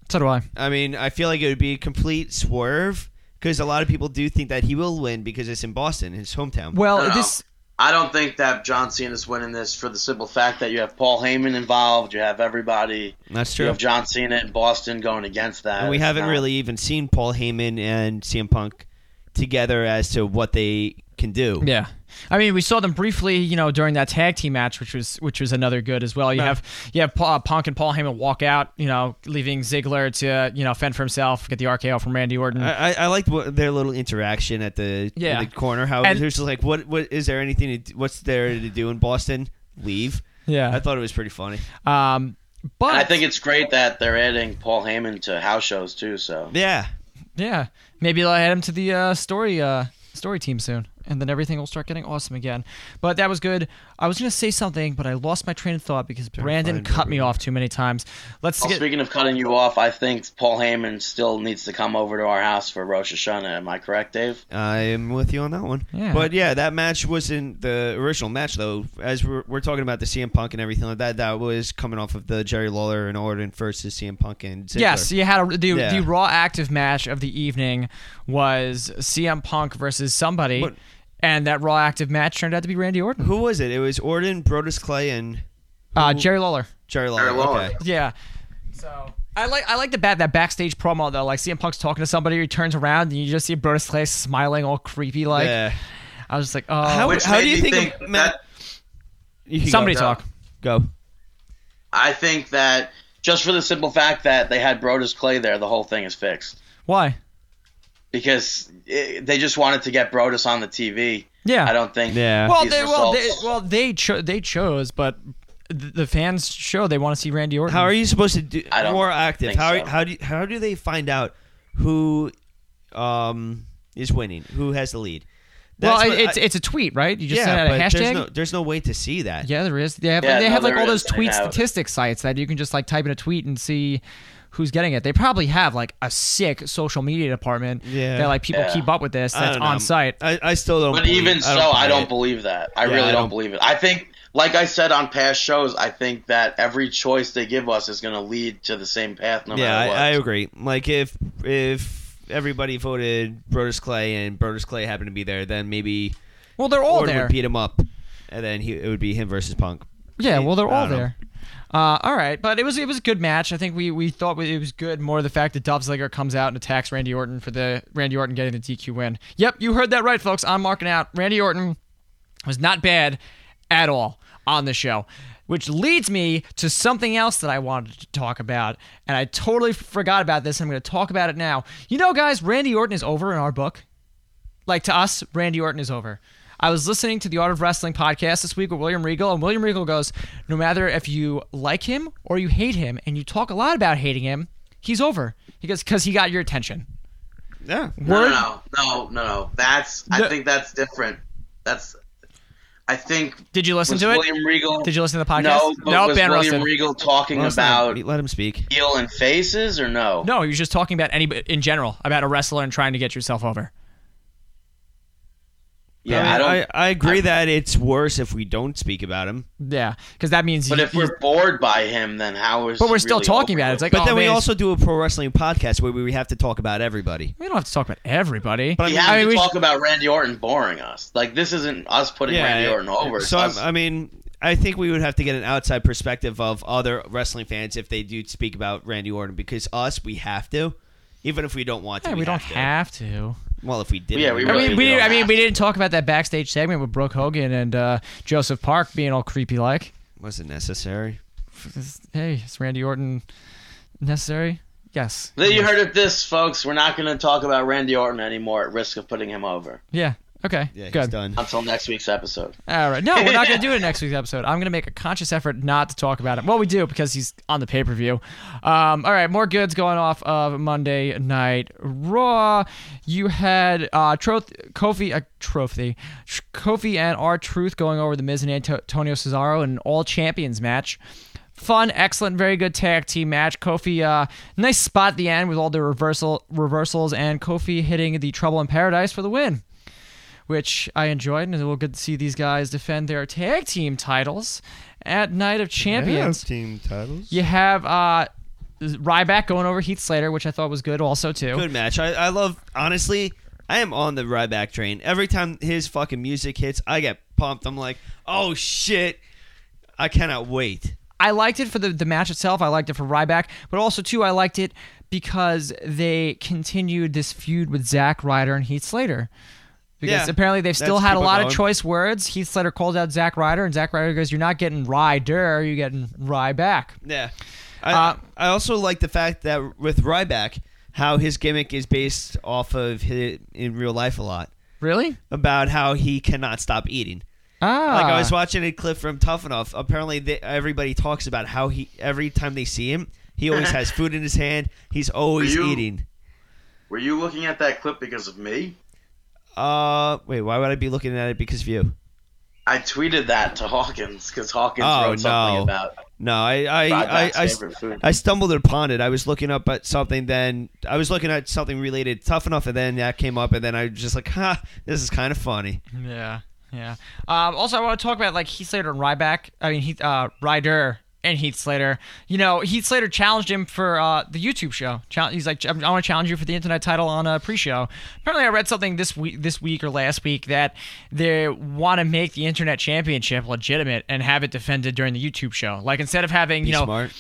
so do I.
I mean, I feel like it would be a complete swerve because a lot of people do think that he will win because it's in Boston, his hometown.
Well,
No, no.
this.
I don't think that John Cena's winning this for the simple fact that you have Paul Heyman involved. You have everybody.
That's
You
true.
have John Cena in Boston going against that.
And we
It's
haven't
not-
really even seen Paul Heyman and CM Punk together as to what they can do.
Yeah. I mean, we saw them briefly, you know, during that tag team match, which was which was another good as well. You have you have Paul, Punk and Paul Heyman walk out, you know, leaving Ziggler to you know fend for himself, get the RKO from Randy Orton.
I, I, I liked what, their little interaction at the,
Yeah.
in the corner. How
And-
it was just like, what, what is there anything? To, do- what's there to do in Boston? Leave.
Yeah.
I thought it was pretty funny.
um, but
And I think it's great that they're adding Paul Heyman to house shows too. So
Yeah,
Yeah, maybe they'll add him to the uh, story uh, story team soon, and then everything will start getting awesome again. But that was good. I was gonna say something, but I lost my train of thought because Brandon cut me off too many times. Let's
Well,
get.
speaking of cutting you off, I think Paul Heyman still needs to come over to our house for Rosh Hashanah. Am I correct, Dave?
I'm with you on that one.
Yeah.
But yeah, that match wasn't the original match though. As we're, we're talking about the CM Punk and everything like that, that was coming off of the Jerry Lawler and Orton versus CM Punk and Ziggler.
Yes, you had a, the,
Yeah.
the Raw active match of the evening was CM Punk versus somebody,
But-
and that Raw active match turned out to be Randy Orton,
Who was it? It was Orton, Brodus Clay, and
uh, Jerry Lawler.
Jerry Lawler.
Jerry Lawler.
Okay.
Yeah. So I like I like the bad that backstage promo though. Like CM Punk's talking to somebody, he turns around and you just see Brodus Clay smiling all creepy like.
yeah.
I was just like, oh,
How,
Which
how
made
do you
me
think,
think
of- Matt? You can
somebody
go.
talk.
Go.
I think that just for the simple fact that they had Brodus Clay there, the whole thing is fixed
Why?
because it, they just wanted to get Brodus on the TV.
Yeah.
I don't think.
Yeah.
Well,
these
they well they,
results-
well they cho- they chose, but th- the fans show they want to see Randy Orton.
How are you supposed to do
I don't
more active?
think
How
so.
how do you, how do they find out who um is winning? Who has the lead?
Well,
That's what
it's
I-
it's a tweet, right? You just
yeah,
send out a
but
hashtag.
There's no, there's no way to see that.
yeah, there is. They have,
Yeah,
they
no,
have like
there
all
is.
those
I
tweet
know.
statistics sites that you can just like type in a tweet and see who's getting it. They probably have like a sick social media department
Yeah.
that like people
Yeah.
keep up with this
I
that's
don't
on
know.
site.
I, I still don't.
But
believe-
even so, I
buy
don't
it.
believe that. I
Yeah,
really
I
don't
don't-
believe it. I think, like I said on past shows, I think that every choice they give us is going to lead to the same path no
yeah,
matter
I,
what.
I agree. Like if if everybody voted Brodus Clay and Brodus Clay happened to be there, then maybe
Well, they're all
Orton
there.
would beat him up, and then he, it would be him versus Punk.
Yeah, well, they're
I
all
don't know.
there. Uh, all right, but it was it was a good match. I think we we thought it was good. More the fact that Dolph Ziggler comes out and attacks Randy Orton for the Randy Orton getting the DQ win. Yep, you heard that right, folks. I'm marking out. Randy Orton was not bad at all on the show. which leads me to something else that I wanted to talk about, and I totally forgot about this. And I'm going to talk about it now. You know, guys, Randy Orton is over in our book. Like to us, Randy Orton is over. I was listening to the Art of Wrestling podcast this week with William Regal, and William Regal goes, No matter if you like him or you hate him, and you talk a lot about hating him, he's over. He goes, Because he got your attention.
Yeah.
No,
Word?
no, no, no, no, no. That's
No.
I think that's different. That's I think.
Did you listen
was
to it?
William Regal.
Did you listen to the podcast?
No, but
No,
was
Ben
William
Rustin.
Regal talking
Well, it's not-
about
let him speak.
heel and faces or no?
No, he was just talking about any in general about a wrestler and trying to get yourself over.
Yeah,
I,
I don't.
I, agree that it's worse if we don't speak about him.
Yeah, because that means.
but
he-
if we're bored by him, then how is?
but
he
we're still
really
talking
over
about it.
with?
It's like,
But
oh,
then we
man,
also do a pro wrestling podcast where we have to talk about everybody.
we don't have to talk about everybody.
we
But I mean,
have
I mean,
to
we
talk about Randy Orton boring us. Like this isn't us putting Randy Orton over.
So
it's
I'm-
us-
I mean, I think we would have to get an outside perspective of other wrestling fans if they do speak about Randy Orton because us, we have to, even if we don't want to.
Yeah, we don't have to.
to. Well, if we did,
Yeah, we
I
really
mean, we,
don't
I mean,
have
we
to.
didn't talk about that backstage segment with Brooke Hogan and uh, Joseph Park being all creepy like.
wasn't necessary.
Hey, is Randy Orton necessary? Yes.
Then you heard it this, folks. We're not going to talk about Randy Orton anymore at risk of putting him over
Yeah. Okay.
Yeah, he's
Good.
done.
until next week's episode.
All right. No, we're not going to do it next week's episode. I'm going to make a conscious effort not to talk about it. Well, we do because he's on the pay per view. Um, all right. More goods going off of Monday Night Raw. You had uh, Troth- Kofi, uh, Trophy, Sh- Kofi and R Truth going over the Miz and Anto- Antonio Cesaro in an all champions match. Fun, excellent, very good tag team match. Kofi, uh, nice spot at the end with all the reversal reversals and Kofi hitting the Trouble in Paradise for the win which I enjoyed, and it was good to see these guys defend their tag team titles at Night of Champions.
team titles.
You have uh, Ryback going over Heath Slater, which I thought was good, also too.
Good match. I, I love honestly. I am on the Ryback train. Every time his fucking music hits, I get pumped. I'm like, oh shit, I cannot wait.
I liked it for the, the match itself. I liked it for Ryback, but also too I liked it because they continued this feud with Zack Ryder and Heath Slater. Because
Yeah.
apparently they've still
Let's
had a
keep it
lot of
going.
choice words. Heath Slater called out Zack Ryder, and Zack Ryder goes, "You're not getting Ryder, you're getting Ryback."
Yeah. I,
Uh,
I also like the fact that with Ryback, how his gimmick is based off of his, in real life a lot
Really?
about how he cannot stop eating.
Ah,
Like I was watching a clip from Tough Enough. Apparently, they, everybody talks about how he every time they see him, he
[LAUGHS]
always has food in his hand. He's always
you-
eating.
Were you looking at that clip because of me?
Uh, wait, why would I be looking at it because of you?
I tweeted that to Hawkins because Hawkins
Oh,
wrote something
no.
about
No, I I I,
Ryback's
I,
favorite food.
I stumbled upon it. I was looking up at something, then I was looking at something related tough enough, and then that came up, and then I was just like, "Ha, this is kind of funny."
Yeah, yeah. Um, also, I want to talk about like Heath Slater and Ryback. I mean, Heath, uh, Ryder and Heath Slater. You know, Heath Slater challenged him for uh, the YouTube show. Chal- he's like, I want to challenge you for the internet title on a pre-show. Apparently, I read something this week, this week or last week that they want to make the internet championship legitimate and have it defended during the YouTube show. Like instead of having you know
smart.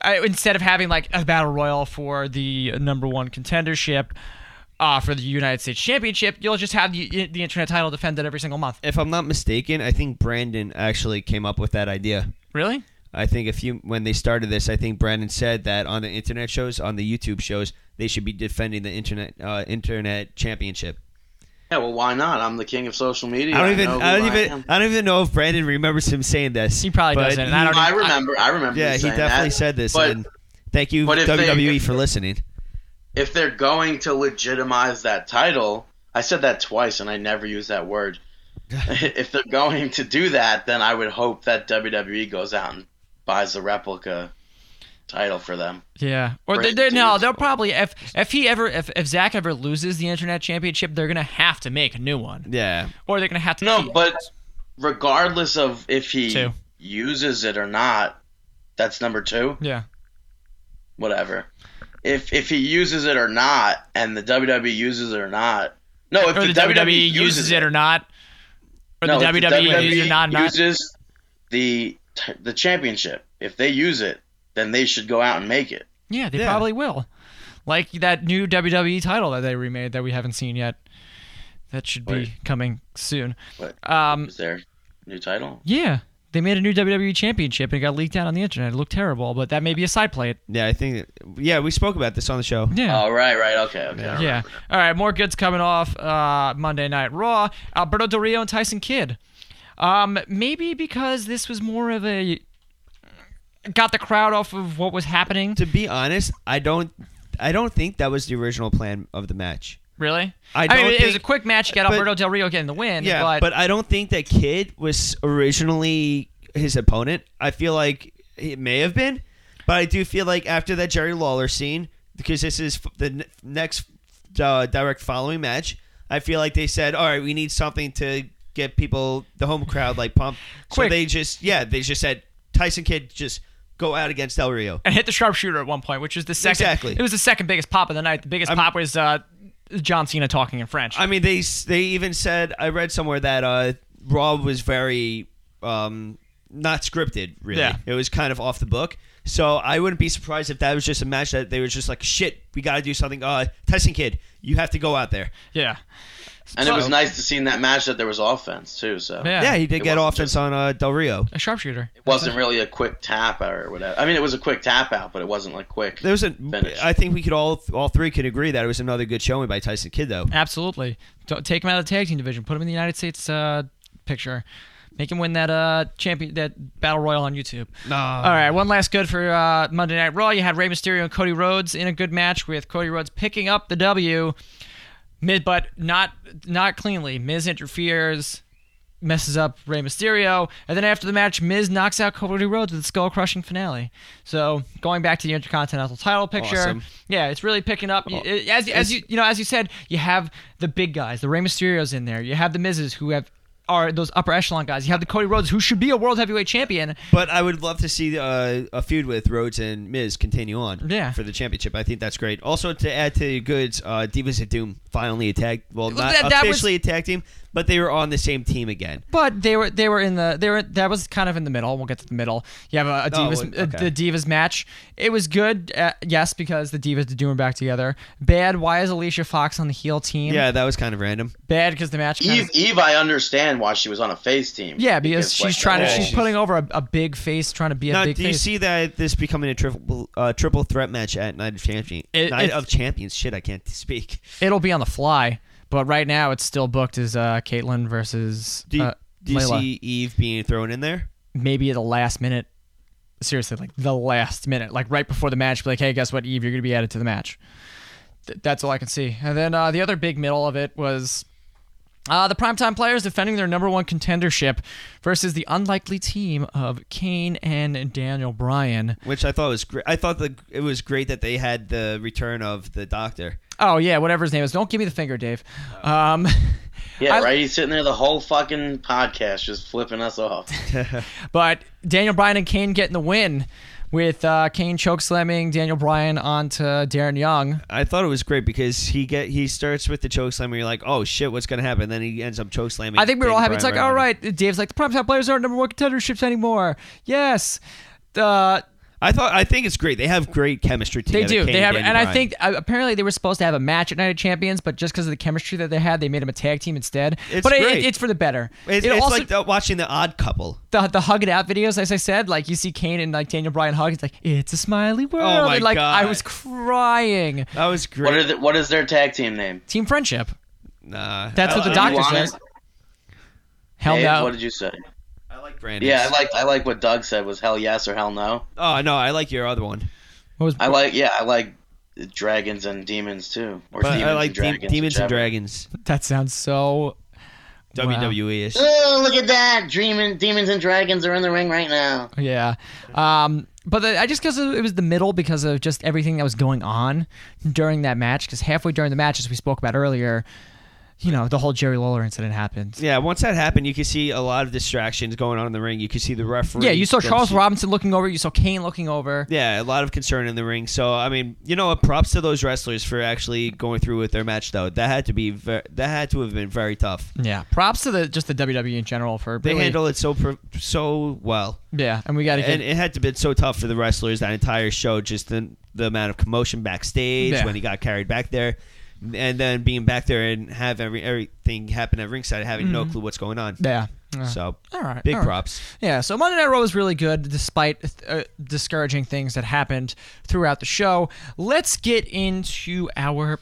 I, instead of having like a battle royal for the number one contendership uh, for the United States Championship, you'll just have the, the internet title defended every single month.
If I'm not mistaken, I think Brandon actually came up with that idea.
Really?
I think if you when they started this, I think Brandon said that on the internet shows, on the YouTube shows, they should be defending the internet uh, internet championship.
Yeah, well, why not? I'm the king of social media.
I don't even
know who
I don't even
am.
I don't even know if Brandon remembers him saying this.
He probably
but
doesn't, and
he-
I don't
I remember. I remember.
yeah,
you
he
saying
definitely
that.
said this.
But
and thank you
but if they-
WWE
if-
for listening.
if they're going to legitimize that title, I said that twice, and I never used that word. if they're going to do that, then I would hope that WWE goes out and buys the replica title for them.
Yeah. Or
Brandon
they, they, no,
Davis.
they'll probably if if he ever if if Zach ever loses the internet championship, they're gonna have to make a new one,
Yeah,
or they're gonna have to
No, but regardless of if he
Two.
uses it or not, that's number two.
yeah.
Whatever. If if he uses it or not, and the WWE uses it or not. No, if
Or
the, E WWE
E uses it or not, or the
if
WWE, uses it or not, not-
E uses the the championship. If they use it, then they should go out and make it.
Yeah, they
Yeah.
probably will. Like that new WWE title that they remade that we haven't seen yet. That should be
Right.
coming soon.
But
Um,
is there a new title?
yeah, They made a new WWE Championship and it got leaked out on the internet. It looked terrible, but that may be a side play.
Yeah, I think. Yeah, we spoke about this on the show.
Yeah.
Oh, right, right. Okay, okay. all right.
Yeah. All right. More goods coming off uh, Monday Night Raw. Alberto Del Rio and Tyson Kidd. Um, maybe because this was more of a got the crowd off of what was happening.
To be honest, I don't. I don't think that was the original plan of the match.
Really? mean,
I don't
it was a
think-
quick match. You got
but-
Alberto Del Rio getting the win.
Yeah,
but,
but, I don't think that Kid was originally his opponent. I feel like it may have been, but I do feel like after that Jerry Lawler scene, because this is f- the n- next uh, direct following match, I feel like they said, "All right, we need something to get people, the home crowd, like pumped." So
Quick.
they just, yeah, they just said Tyson Kidd just go out against Del Rio.
and hit the sharpshooter at one point, which was the second.
Exactly.
It was the second biggest pop of the night. The biggest
I'm-
pop was uh, John Cena talking in French.
I mean, they they even said I read somewhere that uh, Raw was very um, not scripted. Really,
Yeah.
it was kind of off the book. So I wouldn't be surprised if that was just a match that they were just like, "Shit, we got to do something." Uh, Tyson Kidd, you have to go out there.
yeah.
And it was nice to see in that match that there was offense too. So
Yeah.
Yeah, he did
It
get
wasn't
offense on uh, Del Rio.
A sharpshooter.
it wasn't really a quick tap out or whatever. I mean, it was a quick tap out, but it wasn't like quick.
There was a.
Finish.
I think we could all all three could agree that it was another good showing by Tyson Kidd, though.
Absolutely. Don't take him out of the tag team division. Put him in the United States uh, picture. Make him win that uh champion that battle royal on YouTube.
No.
All right, one last good for uh, Monday Night Raw. You had Rey Mysterio and Cody Rhodes in a good match with Cody Rhodes picking up the W, mid but not not cleanly. Miz interferes, messes up Rey Mysterio, and then after the match, Miz knocks out Cody Rhodes with a skull crushing finale. So going back to the Intercontinental title picture,
Awesome.
yeah, it's really picking up.
Oh.
You- it- As as you you know as you said, you have the big guys, the Rey Mysterio's in there. You have the Miz's who have. Are those upper echelon guys? You have the Cody Rhodes, who should be a world heavyweight champion,
But I would love to see uh, a feud with Rhodes and Miz continue on
Yeah.
for the championship. I think that's great. Also, to add to the goods, uh, Divas of Doom finally attacked. Well,
Well,
not
that- that
officially a tag team, but they were on the same team again.
But they were they were in the they were that was kind of in the middle. We'll get to the middle. You have a, a
Oh,
divas
okay.
a, the divas match. It was good, uh, yes, because the divas the Doom are back together. Bad. Why is Alicia Fox on the heel team?
Yeah, that was kind of random.
Bad because the match. Kind
Eve,
of,
Eve, I understand why she was on a face team.
yeah, because
like,
she's trying to
oh,
she's putting over a, a big face, trying to be a
Now, do
big
you
face.
see that this becoming a triple uh, triple threat match at Night of Champions?
It-
Night
it's-
of Champions. Shit, I can't [LAUGHS] speak.
It'll be on the fly, but right now it's still booked as uh, Caitlyn versus
Do you,
uh,
do you
Layla.
see Eve being thrown in there?
maybe at the last minute. Seriously, like the last minute, like right before the match, be like, hey, guess what, Eve, you're gonna be added to the match. Th- that's all I can see. And then uh, the other big middle of it was uh, the primetime players defending their number one contendership versus the unlikely team of Kane and Daniel Bryan.
Which I thought was great. I thought the, it was great that they had the return of the Doctor.
Oh yeah, whatever his name is. Don't give me the finger, Dave. Um, [LAUGHS]
Yeah,
I-
right. He's sitting there the whole fucking podcast, just flipping us
[LAUGHS]
off.
But Daniel Bryan and Kane getting the win with uh, Kane chokeslamming Daniel Bryan onto Darren Young.
I thought it was great because he get he starts with the choke slam and you're like, oh shit, what's gonna happen? Then he ends up choke slamming.
I think we were all happy. It's like, all
all
right, Dave's like, the primetime players aren't number one contenderships anymore. Yes. Uh,
I thought I think it's great. They have great chemistry
they
together.
do.
Kane
they have,
Daniel
and I
Bryan.
think uh, apparently they were supposed to have a match at Night of Champions, but just because of the chemistry that they had, they made them a tag team instead.
It's
but it- It,
great.
it's for the better.
it's,
it
it's
also
like the, watching the Odd Couple.
the, the hug it out videos, as I said, like you see Kane and like Daniel Bryan hug. It's like it's a smiley world.
Oh my
and, like I
God.
was crying.
That was great.
What are the, what is their tag team name?
Team friendship.
nah,
That's
I,
what the
you
doctor
want it?
says. Hell
Dave,
no.
What did you say?
I like Brandon.
Yeah, I like I like what Doug said was hell yes or hell no.
oh no, I like your other one.
What was
I like yeah, I like dragons and demons too, or
But
demons
I like
and
Dem-
dragons.
Demons and
whichever.
Dragons.
that sounds so
WWE ish.
Oh, look at that! Dreaming, demons and dragons are in the ring right now.
Yeah. Um, but the, I just guess it was the middle because of just everything that was going on during that match. Because halfway during the match, as we spoke about earlier, you know, the whole Jerry Lawler incident happened.
Yeah, once that happened, you could see a lot of distractions going on in the ring. You could see the referee.
Yeah, you saw
them
Charles
see-
Robinson looking over. You saw Kane looking over.
Yeah, a lot of concern in the ring. So I mean, you know, what? props to those wrestlers for actually going through with their match though. That had to be ver- that had to have been very tough.
Yeah, props to the just the WWE in general for
They
really-
handled it so pro- so well,
Yeah, and we got to get
and it had to been so tough for the wrestlers that entire show. Just the the amount of commotion backstage
Yeah.
when he got carried back there, and then being back there and have every everything happen at ringside, having no clue what's going on.
Mm-hmm. yeah.
So
All right,
big
all right.
props.
Yeah, so Monday Night Raw was really good despite uh, discouraging things that happened throughout the show. Let's get into our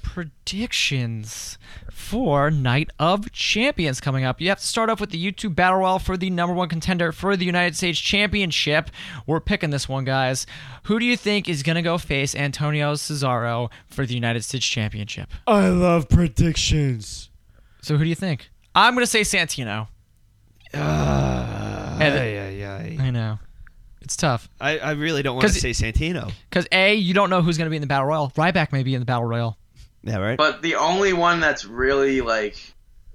predictions for Night of Champions coming up. You have to start off with the YouTube Battle Royale for the number one contender for the United States Championship. We're picking this one, guys. Who do you think is going to go face Antonio Cesaro for the United States Championship?
I love predictions.
So, who do you think? I'm going to say Santino. And- I know. It's tough.
I, I really don't want to
'Cause-
say Santino.
Because A, you don't know who's going to be in the battle royal. Ryback may be in the battle royal.
Yeah, right.
But the only one that's really like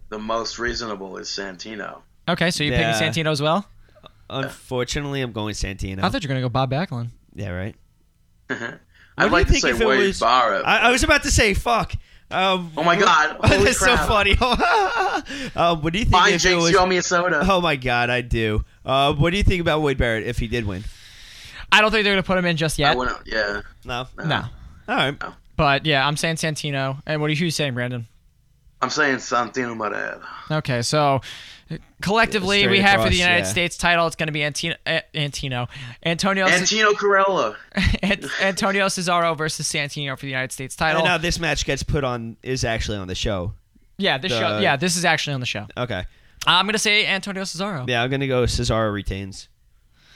the most reasonable is Santino.
Okay, so you're
Yeah.
picking Santino as well.
Unfortunately, I'm going Santino.
I thought you were going to go Bob Backlund.
yeah, right.
I'd
What
like
do
to
you
say
think if it
Wade
was-
Barrett.
I, I was about to say fuck. Um, [LAUGHS]
Oh my God. Holy
that's so
crap.
funny. [LAUGHS] um, what do you think
Fine,
if it
Jinx,
was?
you owe me a soda.
[LAUGHS] Oh my god, I do. Uh, what do you think about Wade Barrett if he did win?
I don't think they're going to put him in just
I
yet.
wouldn't- yeah.
No.
No.
All right.
But yeah, I'm saying Santino. And what are you saying, Brandon?
I'm saying Santino Marella.
Okay, so collectively,
Straight
we have for the
across,
United
yeah.
States title, it's going to be Antino, A- Antino. Antonio, Ce-
Antino Corella.
[LAUGHS] Ant- Antonio Cesaro versus Santino for the United States title.
And now this match gets put on is actually on the show.
yeah, this
the-
show, yeah, this is actually on the show.
Okay.
I'm going to say Antonio Cesaro.
Yeah, I'm gonna go Cesaro retains.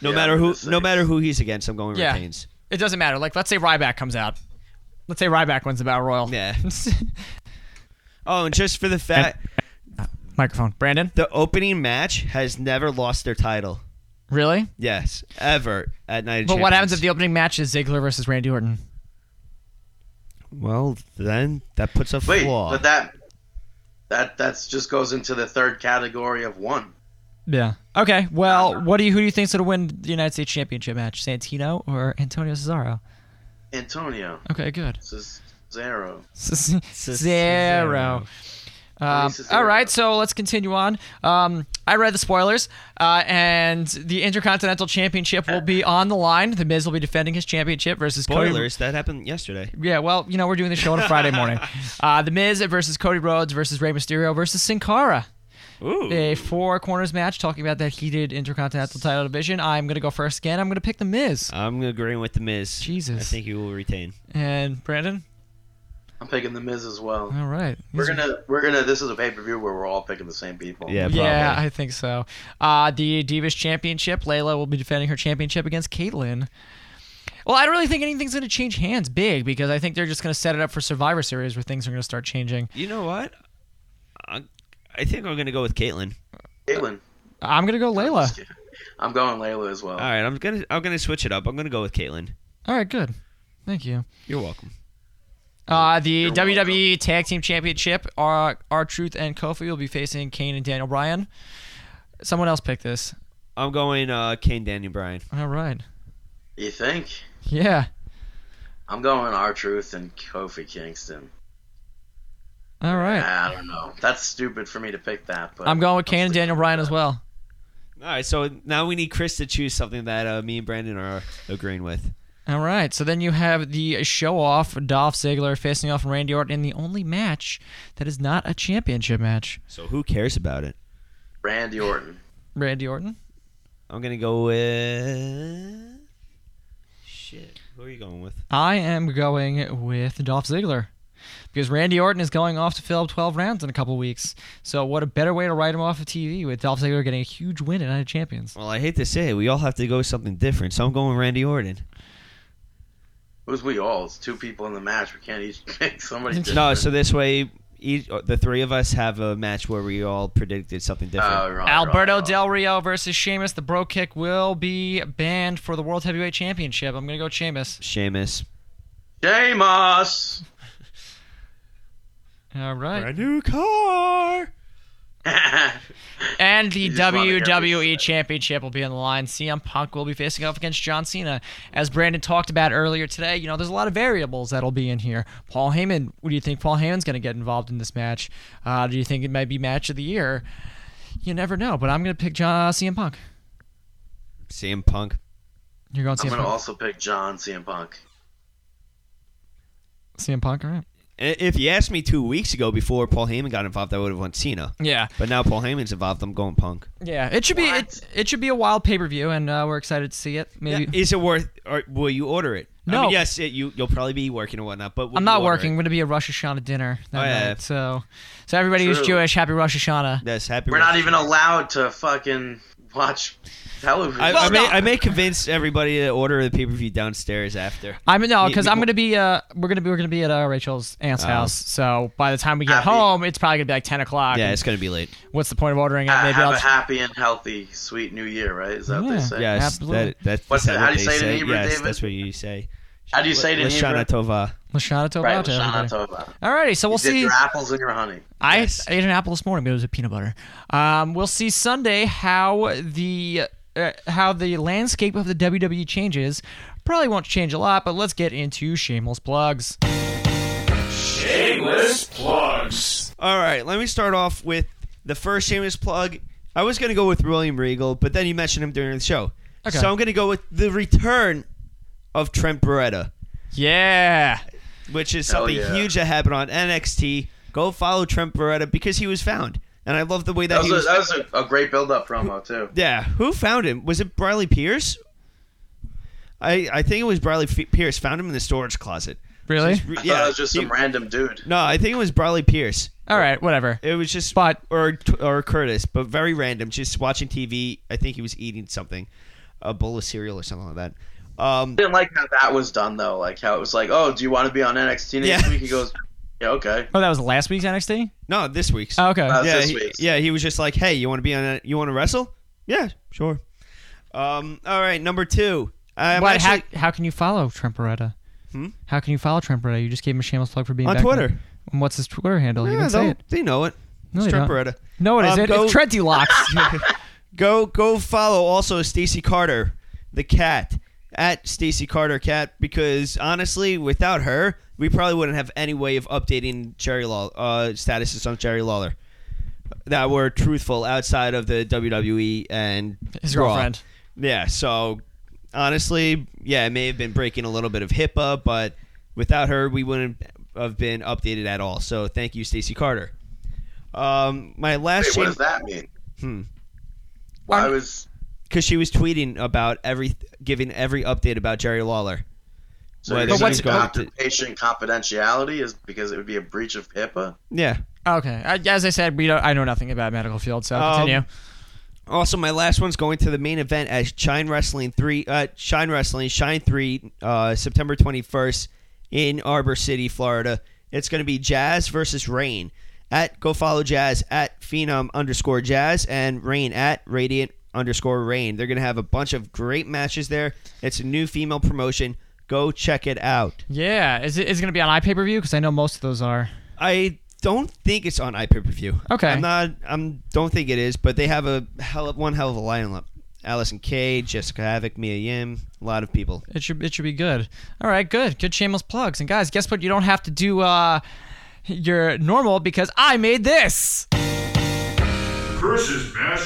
No
Yeah,
matter
I'm
who,
gonna say-
no matter who he's against, I'm going
Yeah.
retains.
It doesn't matter. Like, let's say Ryback comes out. Let's say Ryback wins the battle royal.
Yeah. Oh, and just for the fact
[LAUGHS] Microphone. Brandon?
the opening match has never lost their title.
Really?
Yes, ever at Night. of
But what
Champions.
happens if the opening match is Ziggler versus Randy Orton?
Well, then that puts a
Wait,
flaw.
but that that that's just goes into the third category of one.
Yeah. Okay. Well, what do you who do you think's gonna win the United States Championship match, Santino or Antonio Cesaro?
Antonio
Okay, [LAUGHS] good.
Cesaro.
Cesaro. Um,
Cesaro.
all right, so let's continue on. Um, I read the spoilers, uh, and the Intercontinental Championship will be on the line. The Miz will be defending his championship versus Cody-
Spoilers that happened yesterday.
Yeah, well, you know, we're doing the show on a Friday morning. Uh, the Miz versus Cody Rhodes versus Rey Mysterio versus Sin Cara.
Ooh.
A four corners match talking about that heated Intercontinental title division. I'm going to go first again. I'm going to pick The Miz.
I'm agreeing with the Miz.
Jesus.
I think he will retain.
And Brandon?
I'm picking the Miz as well.
All right.
We're gonna we're gonna this is a pay per view where we're all picking the same people.
Yeah, probably.
Yeah, I think so. Uh, the Divas Championship. Layla will be defending her championship against Caitlyn. Well, I don't really think anything's going to change hands big because I think they're just going to set it up for Survivor Series where things are going to start changing.
You know what? I, I think I'm gonna go with Caitlyn.
Caitlin.
I'm going to go Layla.
[LAUGHS] I'm going Layla as well.
All right, I'm gonna I'm gonna switch it up. I'm gonna go with Caitlyn.
All right, good. Thank you.
You're welcome.
Uh, the WWE Tag Team Championship, our our Truth and Kofi will be facing Kane and Daniel Bryan. Someone else picked this.
I'm going uh, Kane, Daniel Bryan.
All right.
You think?
Yeah.
I'm going R Truth and Kofi
[LAUGHS]
Kingston.
All right.
I don't know. That's stupid for me to pick that, but
I'm going with Kane
I'll
and
stick
Daniel
with
Bryan
that.
as well.
All right, so now we need Chris to choose something that uh, me and Brandon are agreeing with.
All right. So then you have the show off Dolph Ziggler facing off Randy Orton in the only match that is not a championship match.
So who cares about it?
Randy Orton.
Randy Orton.
I'm gonna go with shit. Who are you going with?
I am going with Dolph Ziggler because Randy Orton is going off to fill up 12 rounds in a couple weeks. So what a better way to write him off of TV with Dolph Ziggler getting a huge win at Night of Champions.
Well, I hate to say it, we all have to go with something different. So I'm going with Randy Orton.
Who's we all? It's two people in the match. We can't each [LAUGHS] pick somebody. Different.
No, so this way, each, uh, the three of us have a match where we all predicted something
Oh,
different.
you're wrong,
Alberto
you're wrong.
Del Rio versus Sheamus. The bro kick will be banned for the World Heavyweight Championship. I'm going to go with Sheamus.
Sheamus.
Sheamus. [LAUGHS]
All right.
new car.
And the
just wanted to hear what you
WWE
said.
Championship will be on the line. CM Punk will be facing off against John Cena. As Brandon talked about earlier today, you know, there's a lot of variables that'll be in here. Paul Heyman, what do you think Paul Heyman's going to get involved in this match? Uh, do you think it might be match of the year? You never know, but I'm going to pick John, CM Punk.
CM Punk.
You're going
I'm
CM
gonna
Punk.
also pick John CM Punk.
CM Punk, all right.
I- If you asked me two weeks ago before Paul Heyman got involved, I would have won Cena.
Yeah,
But now Paul Heyman's involved, I'm going Punk.
yeah. It should be it,
What?
it should be a wild pay per view, and uh, we're excited to see it. Maybe
Is it worth? Or will you order it? I
No.
mean, yes, it, you you'll probably be working and whatnot, but will
I'm
you
not
order
working.
it?
We're gonna be at Rosh Hashanah dinner that
Oh, yeah.
night. So, so everybody who's
True.
Jewish, happy Rosh Hashanah.
Yes, happy.
We're not
Rosh
even
Hashanah.
allowed to fucking watch television.
I, I,
Well,
may,
no.
I may convince everybody to order the pay per view downstairs after.
I'm no, because
Me-
I'm gonna be uh, we're gonna be we're gonna be at uh, Rachel's aunt's house. So by the time we get
Oh. Happy.
home, it's probably gonna be like ten o'clock.
Yeah,
and
it's gonna be late.
What's the point of ordering it?
Ha-
Maybe
Ah, have
I'll
a happy and healthy, sweet new year, right? Is that what
Yeah.
they say?
Yes,
Absolutely.
That, that's
What's
that's
it- how
what
do you
they
say it in Hebrew,
Yes,
David?
that's what you say.
How do you say it in
Lashana
Hebrew?
Tova.
Lashana Tova.
Right,
to
Lashana
everybody.
Tova.
Alrighty, so we'll
Dip
see.
your apples and your honey.
I
Yes.
ate an apple this morning, but it was with peanut butter. Um, we'll see Sunday how the uh, how the landscape of the WWE changes. Probably won't change a lot, but let's get into shameless plugs.
All right, let me start off with the first shameless plug. I was gonna go with William Regal, but then you mentioned him during the show,
Okay.
so I'm gonna go with the return of Trent Beretta.
Yeah,
which is something
yeah.
huge that happened on NXT. Go follow Trent Beretta because he was found, and I love the way that,
That
he
was,
was.
a, that was a, a great build-up promo too.
yeah, who found him? Was it Briley Pierce? I I think it was Briley F- Pierce found him in the storage closet.
really?
Re-
I thought
yeah,
it was just
he-
some random dude.
no, I think it was Briley Pierce.
All right, whatever.
It was just
But-
or or Curtis, but very random. Just watching TV. I think he was eating something, a bowl of cereal or something like that. Um,
I didn't like how that was done though. Like how it was like, oh, do you want to be on NXT next
Yeah.
week? He goes, yeah, okay.
Oh, that was last week's NXT.
no, this week's.
Oh, okay.
Uh,
yeah,
this
he,
week's.
yeah, he was just like, "Hey, you want to be on? A, you want to wrestle? Yeah, sure." Um, all right, number two. I'm
But
actually
how, how can you follow Trent Beretta?
Hmm?
How can you follow Trent Beretta? You just gave him a shameless plug for being
on
back on-
Twitter.
And what's his Twitter handle? you
Yeah,
didn't say
they'll-
it.
they know it.
No,
it's
they
Trent
don't.
Beretta.
No, it
Um,
isn't.
go-
It's Trenty
[LAUGHS]
Locks.
Go, go follow also Stacy Carter, the cat at Stacy Carter Cat because honestly, without her, we probably wouldn't have any way of updating Jerry Law uh, statuses on Jerry Lawler that were truthful outside of the WWE and
his
Raw.
girlfriend.
Yeah, so honestly, yeah, it may have been breaking a little bit of HIPAA, but without her, we wouldn't have been updated at all. So thank you, Stacy Carter. Um, my last
Wait, what
shame
does that mean?
Hmm.
Why
Aren't-
was
because she was tweeting about every giving every update about Jerry Lawler.
so
Well,
you're
but
saying
what's-
doctor
but-
patient confidentiality is because it would be a breach of HIPAA?
Yeah.
Okay. I- As I said, we don't, I know nothing about medical field, so
Um,
continue.
Also, my last one's going to the main event at Shine Wrestling three, uh, Shine Wrestling Shine three, uh, September twenty first in Arbor City, Florida. It's going to be Jazz versus Rain. At go follow Jazz at Phenom underscore Jazz and Rain at Radiant underscore Rain. They're going to have a bunch of great matches there. It's a new female promotion. Go check it out.
Yeah. Is it, is it going to be on iPay per view? Because I know most of those are.
I don't think it's on iPay-per-view.
Okay.
I'm not. I'm. Don't think it is. But they have a hell of one hell of a lineup. Allison Kay, Jessica Havoc, Mia Yim, a lot of people.
It should it should be good. All right, good. Good shameless plugs. And guys, guess what? You don't have to do uh, your normal because I made this.
Chris's Match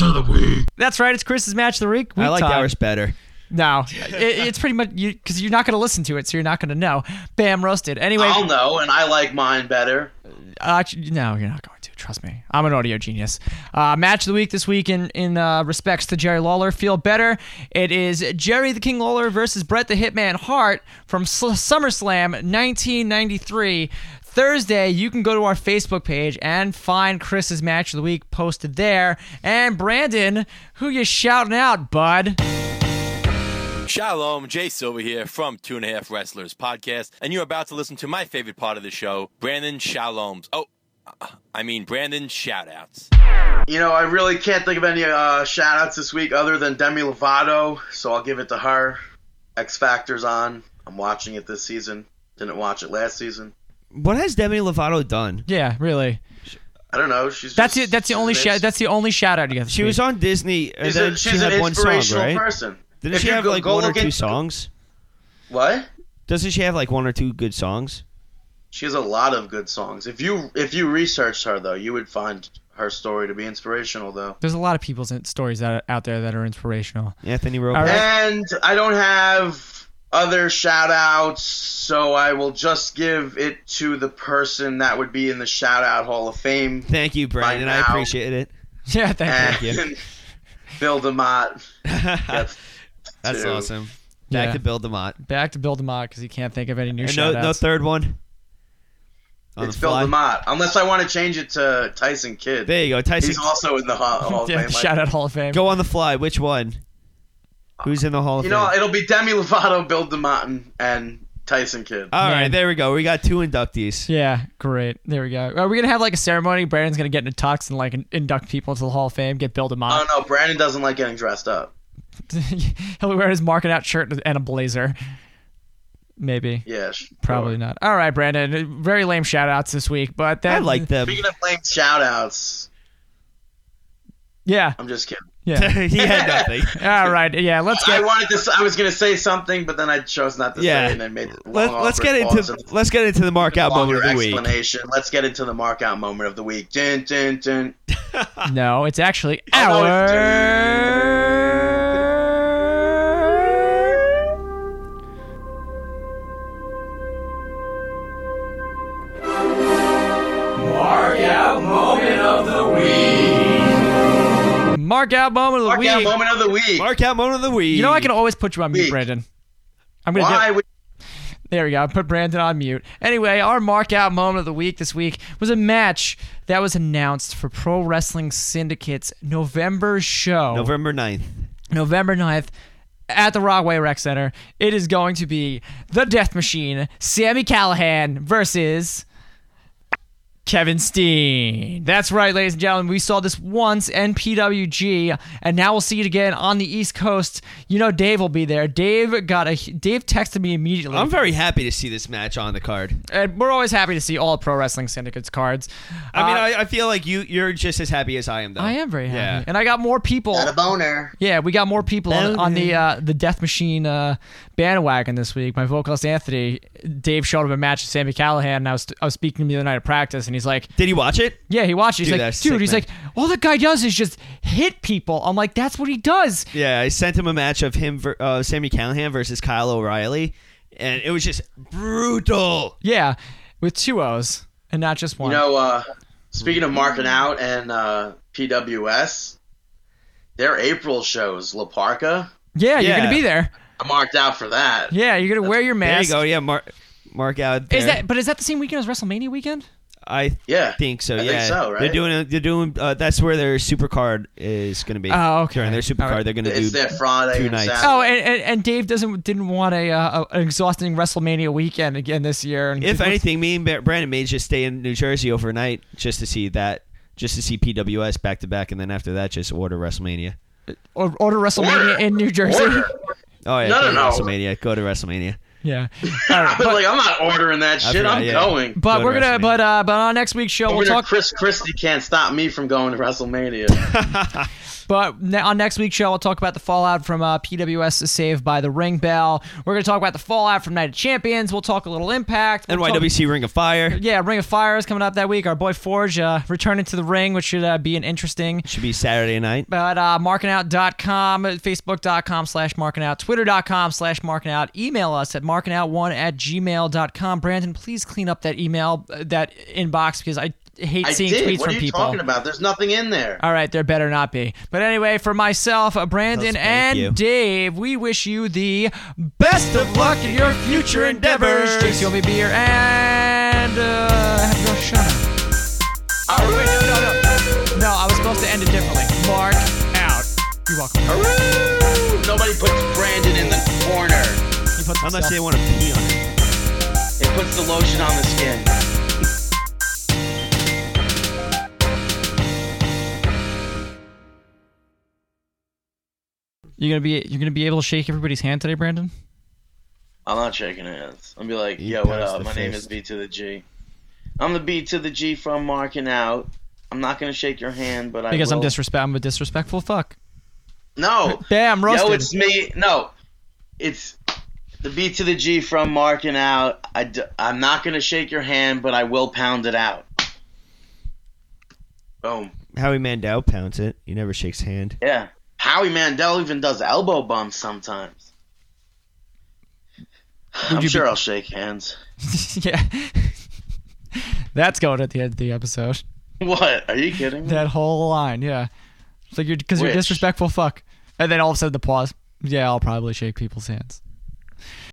of the Week.
That's right. It's Chris's match of the week.
I
Week
like
time.
ours better.
No, [LAUGHS] it, it's pretty much you because you're not going to listen to it, so you're not going to know. Bam, roasted. Anyway,
I'll know, and I like mine better.
Uh, actu- no, you're not going to. Trust me. I'm an audio genius. Uh, match of the week this week in, in uh, respects to Jerry Lawler. Feel better. It is Jerry the King Lawler versus Brett the Hitman Hart from S- SummerSlam 1993. Thursday, you can go to our Facebook page and find Chris's match of the week posted there. And Brandon, who you shouting out, bud?
Shalom, Jay Silver here from Two and a Half Wrestlers podcast, and you're about to listen to my favorite part of the show, Brandon Shalom's. Oh, I mean Brandon shoutouts.
You know, I really can't think of any uh, shout outs this week other than Demi Lovato, so I'll give it to her. X Factor's on. I'm watching it this season. Didn't watch it last season.
What has Demi Lovato done?
Yeah, really.
I don't know. She's
That's
just,
it. That's the only
she's an
shout. That's the only shout out you got. this
She
week.
was on Disney, and
She's,
then
a,
she
she's
had
an
one song,
inspirational
right?
person.
Didn't
If
she
you
have
go-
like
go
one or
look
two
into-
songs?
What?
Doesn't she have like one or two good songs?
She has a lot of good songs. If you if you researched her though, you would find her story to be inspirational though.
There's a lot of people's stories out, out there that are inspirational. [LAUGHS]
Anthony Rowe.
All right.
And I don't have other shout outs, so I will just give it to the person that would be in the shout out Hall of Fame.
Thank you, Brandon. I
now-
appreciate it. [LAUGHS]
Yeah, [LAUGHS] thank you.
And [LAUGHS] Bill
[LAUGHS]
DeMott.
That's
Two.
awesome. Back
Yeah.
to Bill DeMott.
Back to Bill DeMott because he can't think of any new
And no,
shout
no third one. On
it's
the
Bill
fly?
DeMott. Unless I want to change it to Tyson Kidd.
There you go, Tyson.
He's also in the Hall, Hall of
yeah,
Fame.
shout out Hall of Fame.
Go on the fly. Which one? Who's in the Hall of
You know,
Fame?
it'll be Demi Lovato, Bill DeMott, and Tyson Kidd.
All right,
Man.
there we go. We got two inductees.
Yeah, great. There we go. Are we gonna have like a ceremony? Brandon's gonna get in a tux and like in- induct people into the Hall of Fame. Get Bill
oh
DeMott.
no, Brandon doesn't like getting dressed up.
[LAUGHS] He'll be wearing his marking out shirt and a blazer. Maybe.
Yeah. sh-
Probably
sure.
not. All right, Brandon. Very lame shout outs this week, but that,
I like them. [LAUGHS]
Speaking of lame shout outs,
Yeah,
I'm just kidding.
[LAUGHS]
yeah.
he
[LAUGHS]
had nothing.
All right, yeah. Let's
I
get.
wanted to. s- I was gonna say something, but then I chose not to
Yeah.
say, it and I made. it
Let,
long,
let's get
awkward pause
into
and
let's get into the mark out
Oh, longer
moment of the week.
explanation. Let's get into the mark out moment of the week. Dun, dun, dun.
No, it's actually
Oh, no,
our.
it's-
Mark out moment of the
Mark
week.
out moment of the week.
Mark out moment of the week.
You know I can always put you on mute,
Week.
Brandon. I'm gonna
Why?
get,
would-
there we go. I put Brandon on mute. Anyway, our mark out moment of the week this week was a match that was announced for Pro Wrestling Syndicate's November show.
[LAUGHS] November 9th.
November 9th at the Rockaway Rec Center. It is going to be the Death Machine, Sammy Callahan versus Kevin Steen. That's right, ladies and gentlemen. We saw this once in PWG, and now we'll see it again on the East Coast. You know, Dave will be there. Dave got a Dave texted me immediately.
I'm very happy to see this match on the card.
and we're always happy to see all pro wrestling syndicates cards.
I mean,
Uh,
I, I feel like you you're just as happy as I am, though.
I am very happy,
Yeah.
and I got more people.
Got a boner.
Yeah, we got more people on, on the
Okay.
uh, the Death Machine uh, bandwagon this week. My vocalist Anthony, Dave showed up a match with Sammy Callahan, and I was I was speaking to him the other night at practice, and he's like,
Did he watch it?
"Yeah, he watched. It. He's
Dude,
like,
that's
dude,
sick,
he's
man.
like, all that guy does is just hit people." I'm like, "That's what he does."
Yeah, I sent him a match of him, ver- uh, Sammy Callahan versus Kyle O'Reilly, and it was just brutal.
Yeah, with two O's and not just one.
You know, uh, speaking
Hmm.
of marking out and uh, PWS, their April shows, La Parca.
yeah, you're
Yeah.
gonna be there.
I marked out for that.
Yeah, you're gonna wear your
There you
mask.
go. Yeah, mark mark out. There.
Is that but is that the same weekend as WrestleMania weekend?
I
Yeah.
think so.
I
yeah,
think so, right?
they're doing. They're doing. Uh, that's where their supercard is going to be.
Oh, okay.
During their supercard,
All right.
they're going to do.
It's their Friday
two
and
nights.
Saturday.
Oh, and, and, and Dave doesn't didn't want a, uh, a an exhausting WrestleMania weekend again this year. And
If anything, me and Ba- Brandon may just stay in New Jersey overnight just to see that, just to see PWS back to back, and then after that, just order WrestleMania.
or, order WrestleMania
Order.
in New Jersey.
[LAUGHS]
Order.
Oh yeah,
No, no,
go to
no.
WrestleMania. Go to WrestleMania.
[LAUGHS] Yeah. All right,
I was
but,
like, I'm not ordering that
I
shit.
forgot,
I'm
yeah.
going.
but
Go to
we're gonna
WrestleMania.
but uh but on next week's show
Over
we'll
there,
talk
Chris Christie can't stop me from going to WrestleMania.
but ne- on next week's show we'll talk about the fallout from uh, PWS Saved by the Ring Bell. We're gonna talk about the fallout from Night of Champions. We'll talk a little impact. We'll talk-
NYWC Ring of Fire
yeah, Ring of Fire is coming up that week. Our boy Forge uh, returning to the ring, which should uh, be an interesting
should be Saturday night.
But uh, markingout.com, facebook.com slash markingout, twitter.com slash markingout. Email us at markingout1 at gmail.com. Brandon, please clean up that email, uh, that inbox, because I hate
I
seeing
did.
tweets
What
from
are you
people.
talking about? There's nothing in there.
All right, there better not be. But anyway, for myself, uh, Brandon,
Thank
and
you.
Dave, we wish you the best of luck in your future endeavors. Chase Yomi Beer and uh, have your shut up. Oh, wait, no, no, no. No, I was supposed to end it differently. Mark out. You're welcome.
Oh.
Hooray! Nobody puts Brandon in the corner.
He puts
Unless
himself-
they want to pee on it.
It puts the lotion on the skin.
You're gonna be you're gonna be able to shake everybody's hand today, Brandon.
I'm not shaking hands. I'm be like,
You
yo, what
passed
up?
the
My name is
fist.
B to the G. I'm the B to the G from marking out. I'm not gonna shake your hand, but I
Because I'm
will.
disrespect I'm a disrespectful fuck. [LAUGHS]
No,
Damn, roasted.
yo, it's me. No, it's the B to the G from marking out. I d- I'm not gonna shake your hand, but I will pound it out. Boom.
Howie Mandel pounds it. He never shakes hand.
Yeah. Howie Mandel even does elbow bumps sometimes. I'm
you
sure
be-
I'll shake hands. [LAUGHS]
yeah. [LAUGHS] That's going at the end of the episode.
What? Are you kidding? me?
That whole line, yeah. It's like you're because you're
Which?
disrespectful fuck. And then all of a sudden the pause. Yeah, I'll probably shake people's hands.